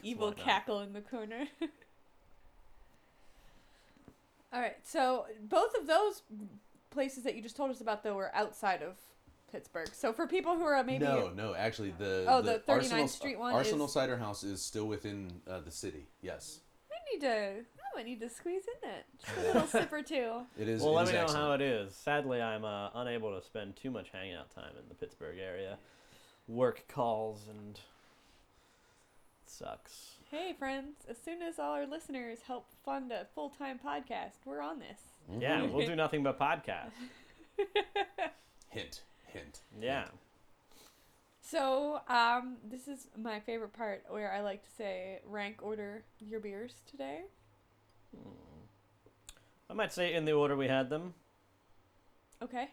S1: Evil
S2: why not?
S1: cackle in the corner. <laughs> All right, so both of those places that you just told us about, though, were outside of Pittsburgh. So for people who are maybe.
S3: No, no. Actually, the
S1: Oh, the 39th
S3: Arsenal, uh,
S1: Street one
S3: Arsenal
S1: is-
S3: Cider House is still within uh, the city. Yes,
S1: I need to. oh, I might need to squeeze in it. Just a
S2: <laughs>
S1: little sip or two.
S3: it is.
S2: well, let me
S3: it is
S2: know
S3: excellent.
S2: how it is. Sadly, I'm uh, unable to spend too much hangout time in the Pittsburgh area. Work calls and it sucks.
S1: Hey, friends. As soon as all our listeners help fund a full time podcast, we're on this.
S2: Yeah,
S3: Mhm.
S2: we'll do nothing
S1: <laughs>
S2: but podcasts.
S3: Hint, hint. <laughs>
S2: Yeah.
S1: So, um, this is my favorite part where I like to say rank order your beers today.
S2: I might say in the order we had them.
S1: Okay.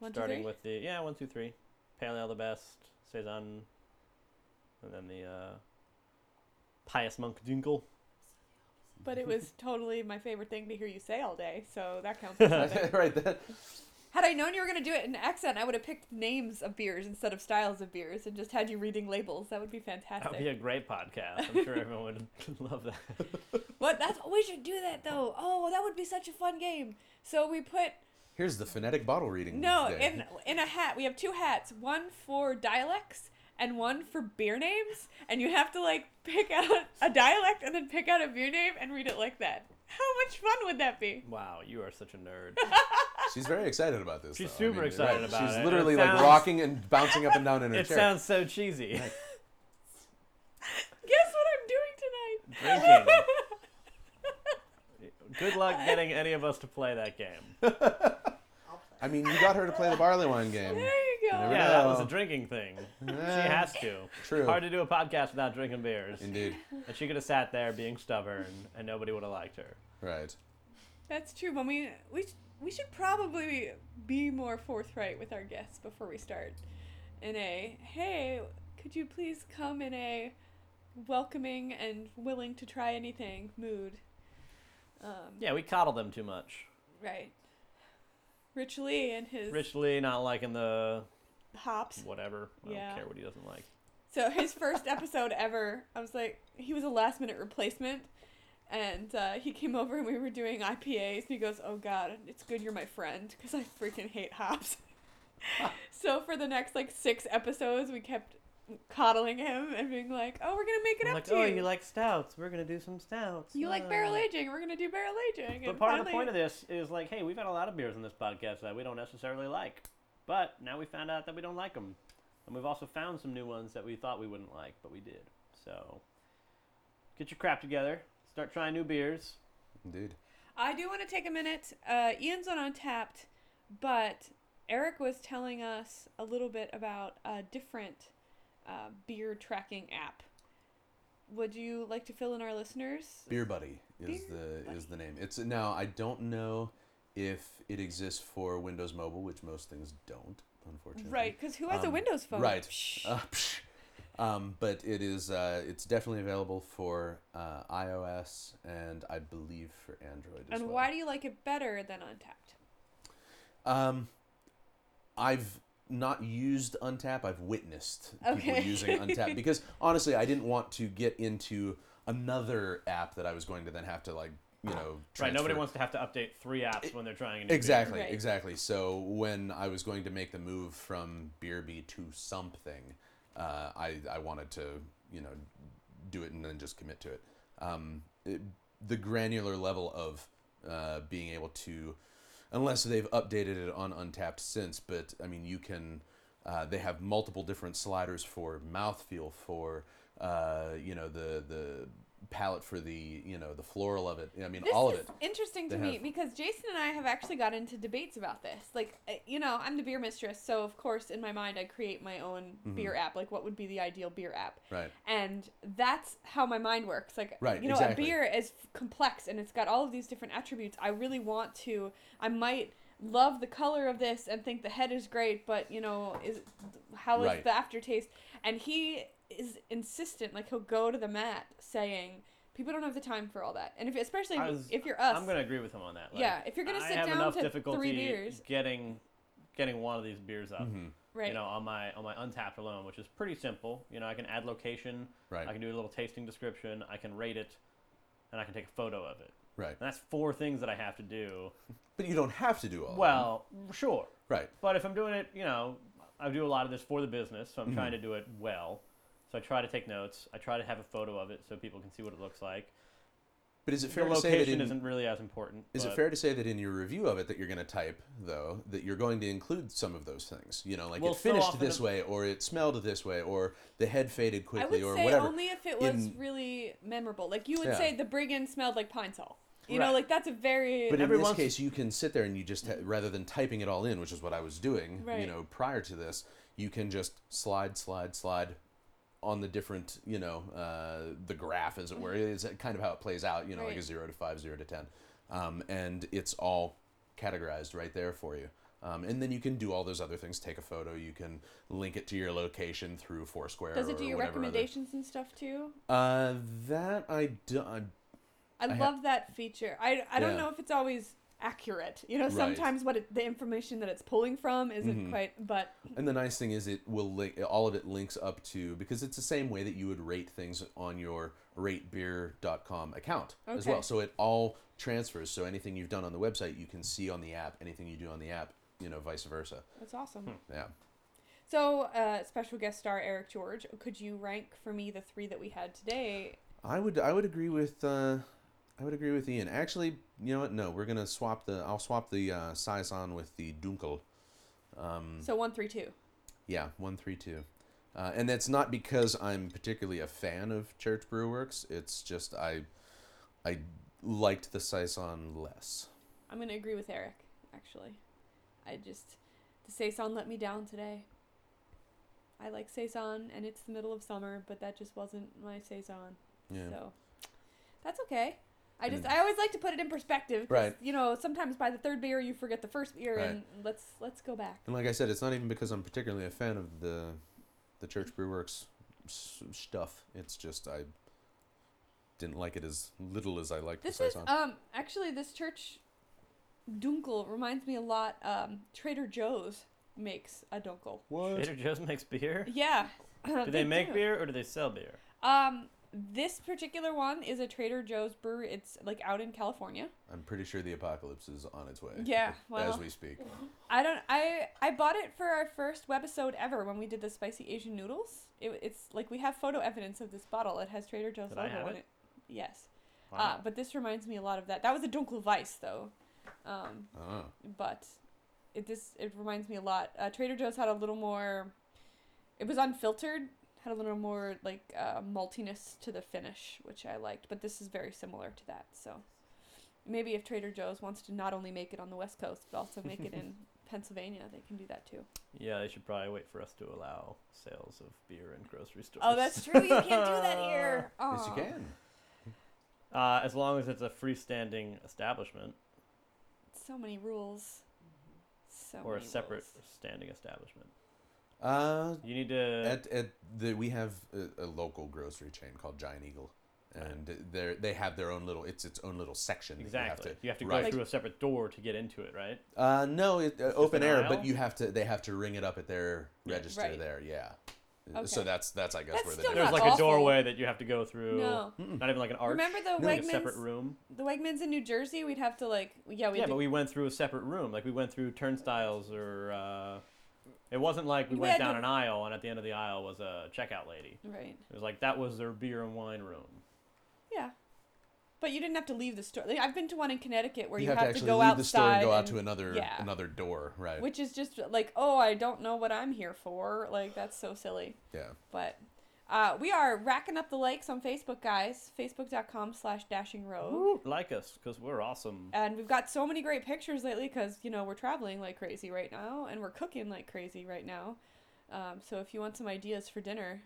S1: One, two,
S2: starting
S1: three?
S2: with the yeah one two three, pale ale the best, saison, and then the uh, pious monk Dunkel.
S1: But it was totally my favorite thing to hear you say all day, so that counts. as something.
S3: right. That,
S1: had I known you were gonna do it in accent, I would have picked names of beers instead of styles of beers and just had you reading labels. That would be
S2: That
S1: fantastic.
S2: would be a great podcast. I'm sure everyone would <laughs> love that.
S1: What? That's oh, we should do that though. Oh, that would be such a fun game. So we put
S3: here's the phonetic bottle reading.
S1: no
S3: day.
S1: in in a hat. We have two hats. One for dialects and one for beer names. And you have to like pick out a dialect and then pick out a beer name and read it like that. How much fun would that be?
S2: Wow, you are such a nerd. <laughs>
S3: She's very excited about this.
S2: She's
S3: though.
S2: super excited about
S3: She's
S2: it.
S3: literally
S2: It
S3: like
S2: sounds-
S3: rocking and bouncing up and down in
S2: <laughs>
S3: her
S2: it
S3: chair.
S2: sounds so cheesy.
S1: Guess what I'm doing tonight?
S2: Drinking.
S1: <laughs>
S2: Good luck getting any of us to play that game.
S4: I'll play.
S3: I mean, you got her to play the barley wine
S2: <laughs>
S3: game.
S1: There you go.
S3: Never
S2: Yeah, that was a
S3: know.
S2: drinking thing. She
S3: Eh,
S2: has to.
S3: True.
S2: Hard to do a podcast without drinking beers.
S3: Indeed.
S2: Uh, And she could have sat there being stubborn, and nobody would have liked her.
S3: Right.
S1: That's true. When we we sh- we should probably be more forthright with our guests before we start. In a hey, could you please come in a welcoming and willing to try anything mood? Um,
S2: Yeah, we coddle them too much.
S1: Right. Rich Lee and his
S2: Rich Lee not liking the
S1: hops.
S2: whatever. I
S1: Yeah.
S2: don't care what he doesn't like.
S1: So his first episode ever, I was like, he was a last minute replacement. And uh, he came over and we were doing IPAs. And he goes, Oh God, it's good you're my friend because I freaking hate
S2: <laughs>
S1: hops. so for the next like six episodes, we kept coddling him and being like, Oh, we're going to make it
S2: I'm
S1: up
S2: like,
S1: to
S2: oh,
S1: you.
S2: you like stouts. We're going to do some stouts. Uh,
S1: You like barrel aging. We're going to do barrel aging.
S2: But
S1: And
S2: part of the
S1: finally-
S2: point of this is like, hey, we've had a lot of beers on this podcast that we don't necessarily like, but now we found out that we don't like them, and we've also found some new ones that we thought we wouldn't like, but we did. So get your crap together, start trying new beers.
S3: Indeed.
S1: I do want to take a minute. Uh, Ian's on Untapped, but Eric was telling us a little bit about a different uh, beer tracking app. Would you like to fill in our listeners?
S3: Beer Buddy is
S1: Beer
S3: the
S1: Buddy.
S3: is the name. It's now I don't know if it exists for Windows Mobile, which most things don't, unfortunately.
S1: Right, because who has a
S3: Um,
S1: Windows phone?
S3: right.
S1: Psh.
S3: Uh, psh. Um, but it is uh, it's definitely available for uh, iOS and I believe for Android as
S1: and
S3: well.
S1: why do you like it better than Untapped?
S3: Um, I've not used Untap. I've witnessed people
S1: Okay.
S3: using
S1: <laughs>
S3: Untap because honestly, I didn't want to get into another app that I was going to then have to like
S1: Ah.
S3: you know
S2: Right, nobody
S3: transfer.
S2: wants to have to update three apps when they're trying a new beer.
S3: exactly
S1: Right.
S3: exactly. So when I was going to make the move from BeerBee to something, uh, I I wanted to you know do it and then just commit to it. Um, it the granular level of uh, being able to unless they've updated it on Untapped since. But I mean, you can. Uh, they have multiple different sliders for mouthfeel, for uh, you know the the palette, for the you know the floral of it. I mean,
S1: This
S3: all
S1: is
S3: of it.
S1: interesting to
S3: They
S1: me
S3: have-
S1: because Jason and I have actually got into debates about this. Like, uh, you know, I'm the beer mistress, so of course, in my mind, I create my own
S3: Mm-hmm.
S1: beer app. Like, what would be the ideal beer app?
S3: Right.
S1: and that's how my mind works like
S3: Right,
S1: you know
S3: exactly.
S1: a beer is f- complex and it's got all of these different attributes i really want to i might love the color of this and think the head is great but you know is how is
S3: Right.
S1: the aftertaste and he is insistent like he'll go to the mat saying people don't have the time for all that and if especially
S2: I was-
S1: if you're us
S2: I'm gonna agree with him on that. Like,
S1: Yeah, if you're gonna
S2: I
S1: sit
S2: have
S1: down
S2: enough
S1: to
S2: difficulty
S1: three beers-
S2: getting getting one of these beers up.
S1: right
S2: You know, on my on my Untapped alone, which is pretty simple. You know, I can add location,
S3: Right.
S2: I can do a little tasting description, I can rate it, and I can take a photo of it.
S3: Right.
S2: And that's four things that I have to do.
S3: But you don't have to do all. of them.
S2: Well, sure.
S3: Right.
S2: But if I'm doing it, you know, I do a lot of this for the business,
S3: Mm-hmm.
S2: so I'm trying to do it well. So I try to take notes. I try to have a photo of it so people can see what it looks like.
S3: But is it
S2: The
S3: fair to say that
S2: location
S3: in,
S2: isn't really as important.
S3: is it
S2: but- <laughs>
S3: fair to say that in your review of it that you're going to type though that you're going to include some of those things? You know, like
S2: Well,
S3: it
S2: so
S3: finished
S2: often
S3: this
S2: it-
S3: way, or it smelled this way, or the head faded
S1: i
S3: quickly,
S1: would
S3: or
S1: say
S3: whatever.
S1: only if it was
S3: in-
S1: really memorable like you would
S3: Yeah.
S1: say the brigand smelled like pine sol you
S2: Right.
S1: know like that's a very
S3: But in
S2: Every
S3: this
S2: once-
S3: case, you can sit there and you just ha- rather than typing it all in, which is what I was doing, you
S1: Right.
S3: know, prior to this, you can just slide, slide, slide on the different, you know, uh, the graph, as it were, is kind of how it plays out, you know, like a
S1: Right.
S3: zero to five, zero to ten, um, and it's all categorized right there for you. Um, and then you can do all those other things. Take a photo. You can link it to your location through Foursquare.
S1: Does
S3: or
S1: it do your
S3: whatever other-
S1: recommendations and stuff too?
S3: Uh, that I do. I,
S1: I,
S3: ha-
S1: love that feature. I, I don't
S3: Yeah.
S1: know if it's always accurate. You know,
S3: Right.
S1: sometimes what it, the information that it's pulling from isn't
S3: Mhm.
S1: quite. But
S3: and the nice thing is, it will link all of it links up to because it's the same way that you would rate things on your ratebeer.com account as
S1: Okay.
S3: well. So it all transfers. So anything you've done on the website, you can see on the app. Anything you do on the app, you know, vice versa.
S1: that's awesome.
S3: Hmm. Yeah.
S1: So, uh, special guest star Eric George, could you rank for me the three that we had today?
S3: I would I would agree with uh, I would agree with Ian. Actually, you know what? No, we're gonna swap the I'll swap the uh, size on with the Dunkel. Um,
S1: So one, three, two.
S3: yeah, one three two, uh, and that's not because I'm particularly a fan of Church Brew Works. It's just I I liked the saison less.
S1: I'm gonna agree with Eric. Actually, I just the saison let me down today. I like saison, and it's the middle of summer, but that just wasn't my saison.
S3: Yeah.
S1: So that's okay. I just
S3: And-
S1: I always like to put it in perspective. 'cause,
S3: Right.
S1: You know, sometimes by the third beer you forget the first beer,
S3: Right.
S1: and let's let's go back.
S3: And like I said, it's not even because I'm particularly a fan of the the Church Brew Works s- stuff. It's just I didn't like it as little as I liked
S1: This
S3: the
S1: is
S3: saison.
S1: um actually this church dunkel reminds me a lot. Um, Trader Joe's makes a
S3: <laughs>
S1: dunkel.
S3: what?
S2: Trader Joe's makes beer.
S1: Yeah. <laughs>
S2: Do they make
S1: do.
S2: beer or do they sell beer?
S1: Um, this particular one is a Trader Joe's brewery. It's like out in California.
S3: I'm pretty sure the apocalypse is on its way.
S1: Yeah, well.
S3: as we speak.
S1: I don't. I I bought it for our first webisode ever when we did the spicy Asian noodles. It, it's like we have photo evidence of this bottle. It has Trader Joe's
S2: Did I
S1: logo
S2: have
S1: on
S2: it?
S1: it. Yes. Uh,
S2: Wow.
S1: but this reminds me a lot of that. That was a Dunkel Weiss though. Um,
S3: Oh,
S1: but it this it reminds me a lot. Uh, Trader Joe's had a little more. It was unfiltered. Had a little more like uh, maltiness to the finish, which I liked. But this is very similar to that. So maybe if Trader Joe's wants to not only make it on the West Coast but also make it
S2: <laughs>
S1: in Pennsylvania, they can do that too.
S2: yeah, they should probably wait for us to allow sales of beer in grocery stores.
S1: Oh, that's true. You can't do
S2: <laughs>
S1: that <laughs> here.
S3: yes, you
S1: Aw.
S3: can.
S2: Uh, as long as it's a freestanding establishment
S1: So many rules. So
S2: or a
S1: many
S2: separate
S1: rules.
S2: standing establishment.
S3: Uh,
S2: You need to.
S3: at at the we have a, a local grocery chain called Giant Eagle, and they they have their own little. It's its own little section. that
S2: exactly. You have to, go
S3: right.
S2: through a separate door to get into it, right?
S3: Uh, no, it, uh, open
S2: an
S3: air,
S2: aisle?
S3: but you have to. They have to ring it up at their register
S1: Right.
S3: there. Yeah. Uh, So
S1: Okay.
S3: that's that's I guess
S1: That's
S3: where the
S1: still
S2: There's
S1: not
S3: difference-
S2: like a
S1: awful.
S2: doorway that you have to go through.
S1: No.
S2: Not even like an arch.
S1: Remember the
S2: like a separate
S1: Wegmans-
S2: room.
S1: The Wegmans in New Jersey, we'd have to like yeah Oh, we
S2: yeah,
S1: had to
S2: but we went through a separate room. Like we went through turnstiles, or uh, it wasn't like we,
S1: We
S2: went
S1: had
S2: down
S1: to-
S2: an aisle and at the end of the aisle was a checkout lady.
S1: right.
S2: It was like that was their beer and wine room.
S1: Yeah. But you didn't have to leave the store. Like, I've been to one in Connecticut where
S3: you
S1: you,
S3: have to actually
S1: go
S3: leave
S1: outside,
S3: the store and go out to
S1: and-
S3: another
S1: yeah.
S3: another door, right?
S1: which is just like, oh, I don't know what I'm here for. Like that's so silly.
S3: yeah.
S1: But uh, we are racking up the likes on Facebook, guys. Facebook.com slash dashing road.
S2: Like us, cause we're awesome.
S1: And we've got so many great pictures lately because, you know, we're traveling like crazy right now and we're cooking like crazy right now. Um, so if you want some ideas for dinner,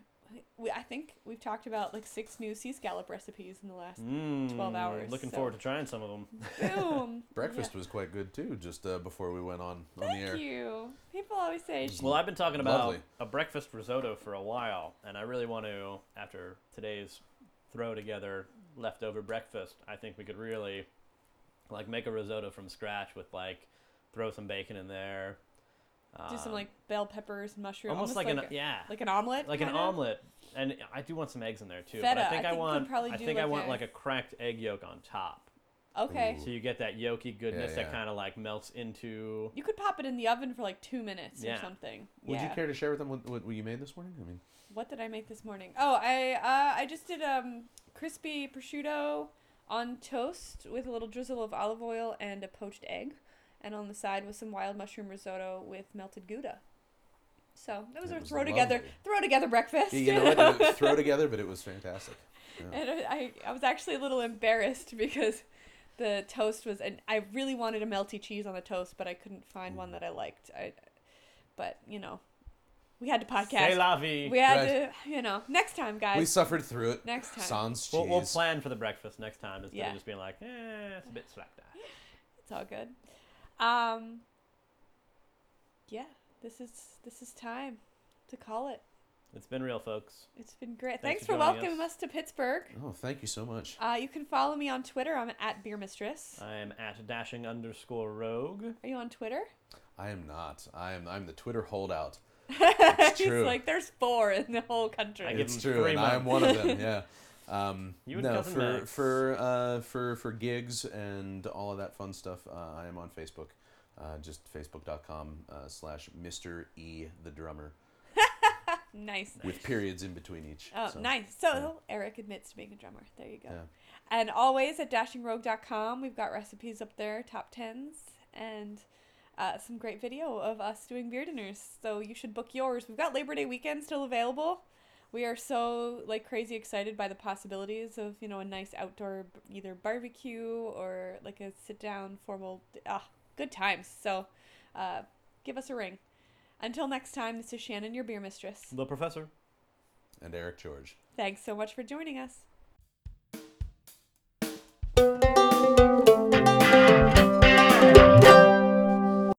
S1: we, I think we've talked about like six new sea scallop recipes in the last
S2: Mm,
S1: 12 hours,
S2: Looking
S1: so-
S2: forward to trying some of them.
S1: boom.
S3: Mm. <laughs> Breakfast
S1: Yeah.
S3: was quite good too, just uh, before we went on on the air.
S1: Thank you. People always say,
S2: Well, I've been talking about
S3: Lovely.
S2: a breakfast risotto for a while, and I really want to, after today's throw together leftover breakfast, I think we could really like make a risotto from scratch with like throw some bacon in there.
S1: do some
S2: um,
S1: like bell peppers, mushrooms,
S2: almost, like, an
S1: a-
S2: yeah,
S1: like an omelet,
S2: like an
S1: kinda?
S2: omelet, and I do want some eggs in there too. but
S1: Feta.
S2: I think
S1: I think you
S2: I,
S1: could
S2: want
S1: probably
S2: I
S1: do
S2: think I
S1: like
S2: want
S1: a-
S2: like a cracked egg yolk on top,
S1: Okay,
S3: Ooh.
S2: so you get that yolky goodness
S3: yeah.
S2: that kind of like melts into.
S1: you could pop it in the oven for like two minutes or
S2: Yeah.
S1: something.
S3: Would
S1: yeah.
S3: you care to share with them what, what, what you made this morning? I mean,
S1: What did I make this morning? Oh, I uh, I just did um crispy prosciutto on toast with a little drizzle of olive oil and a poached egg, and on the side was some wild mushroom risotto with melted gouda. So that was
S3: That
S1: our
S3: was
S1: throw together
S3: lovely.
S1: throw together breakfast.
S3: you know what?
S1: <laughs>
S3: It was throw together, but it was fantastic.
S1: And I, I was actually a little embarrassed because the toast was, and I really wanted a melty cheese on the toast, but I couldn't find one that I liked. I, but you know, we had to
S2: C'est
S1: podcast.
S2: la vie.
S1: We had
S3: Right.
S1: to, you know, next time, guys.
S3: we suffered through it.
S1: next time,
S3: Sans cheese.
S2: We'll, we'll plan for the breakfast next time instead
S1: Yeah.
S2: of just being like, eh, it's a bit slack.
S1: it's all good. Um, yeah, this is this is time to call it.
S2: It's been real, folks.
S1: It's been great. Thanks,
S2: Thanks
S1: for,
S2: for joining
S1: welcoming
S2: us.
S1: us. to Pittsburgh.
S3: Oh, thank you so much.
S1: Uh, you can follow me on Twitter. I'm at Beer Mistress.
S2: I am at dashing underscore rogue.
S1: Are you on Twitter?
S3: I am not. I am. I'm the Twitter holdout.
S1: <laughs> He's
S3: true.
S1: like, there's four in the whole country.
S2: I give
S3: it's
S2: them
S3: true,
S2: three
S3: and I'm one of
S2: <laughs>
S3: them. Yeah. Um,
S2: You and
S3: no,
S2: Cousin
S3: for
S2: Max.
S3: for uh, for for gigs and all of that fun stuff. Uh, I am on Facebook, uh, just facebook.com uh, slash Mister E the drummer
S1: nice.
S3: with periods in between each.
S1: Oh,
S3: so.
S1: nice. So Eric admits to being a drummer. There you go.
S3: Yeah.
S1: And always at dashingrogue.com, we've got recipes up there, top tens, and uh, some great video of us doing beer dinners. So you should book yours. We've got Labor Day weekend still available. We are so like crazy excited by the possibilities of you know a nice outdoor b- either barbecue or like a sit down formal ah good times. So uh, give us a ring. Until next time, this is Shannon, your beer mistress.
S2: The professor.
S3: And Eric George.
S1: Thanks so much for joining us.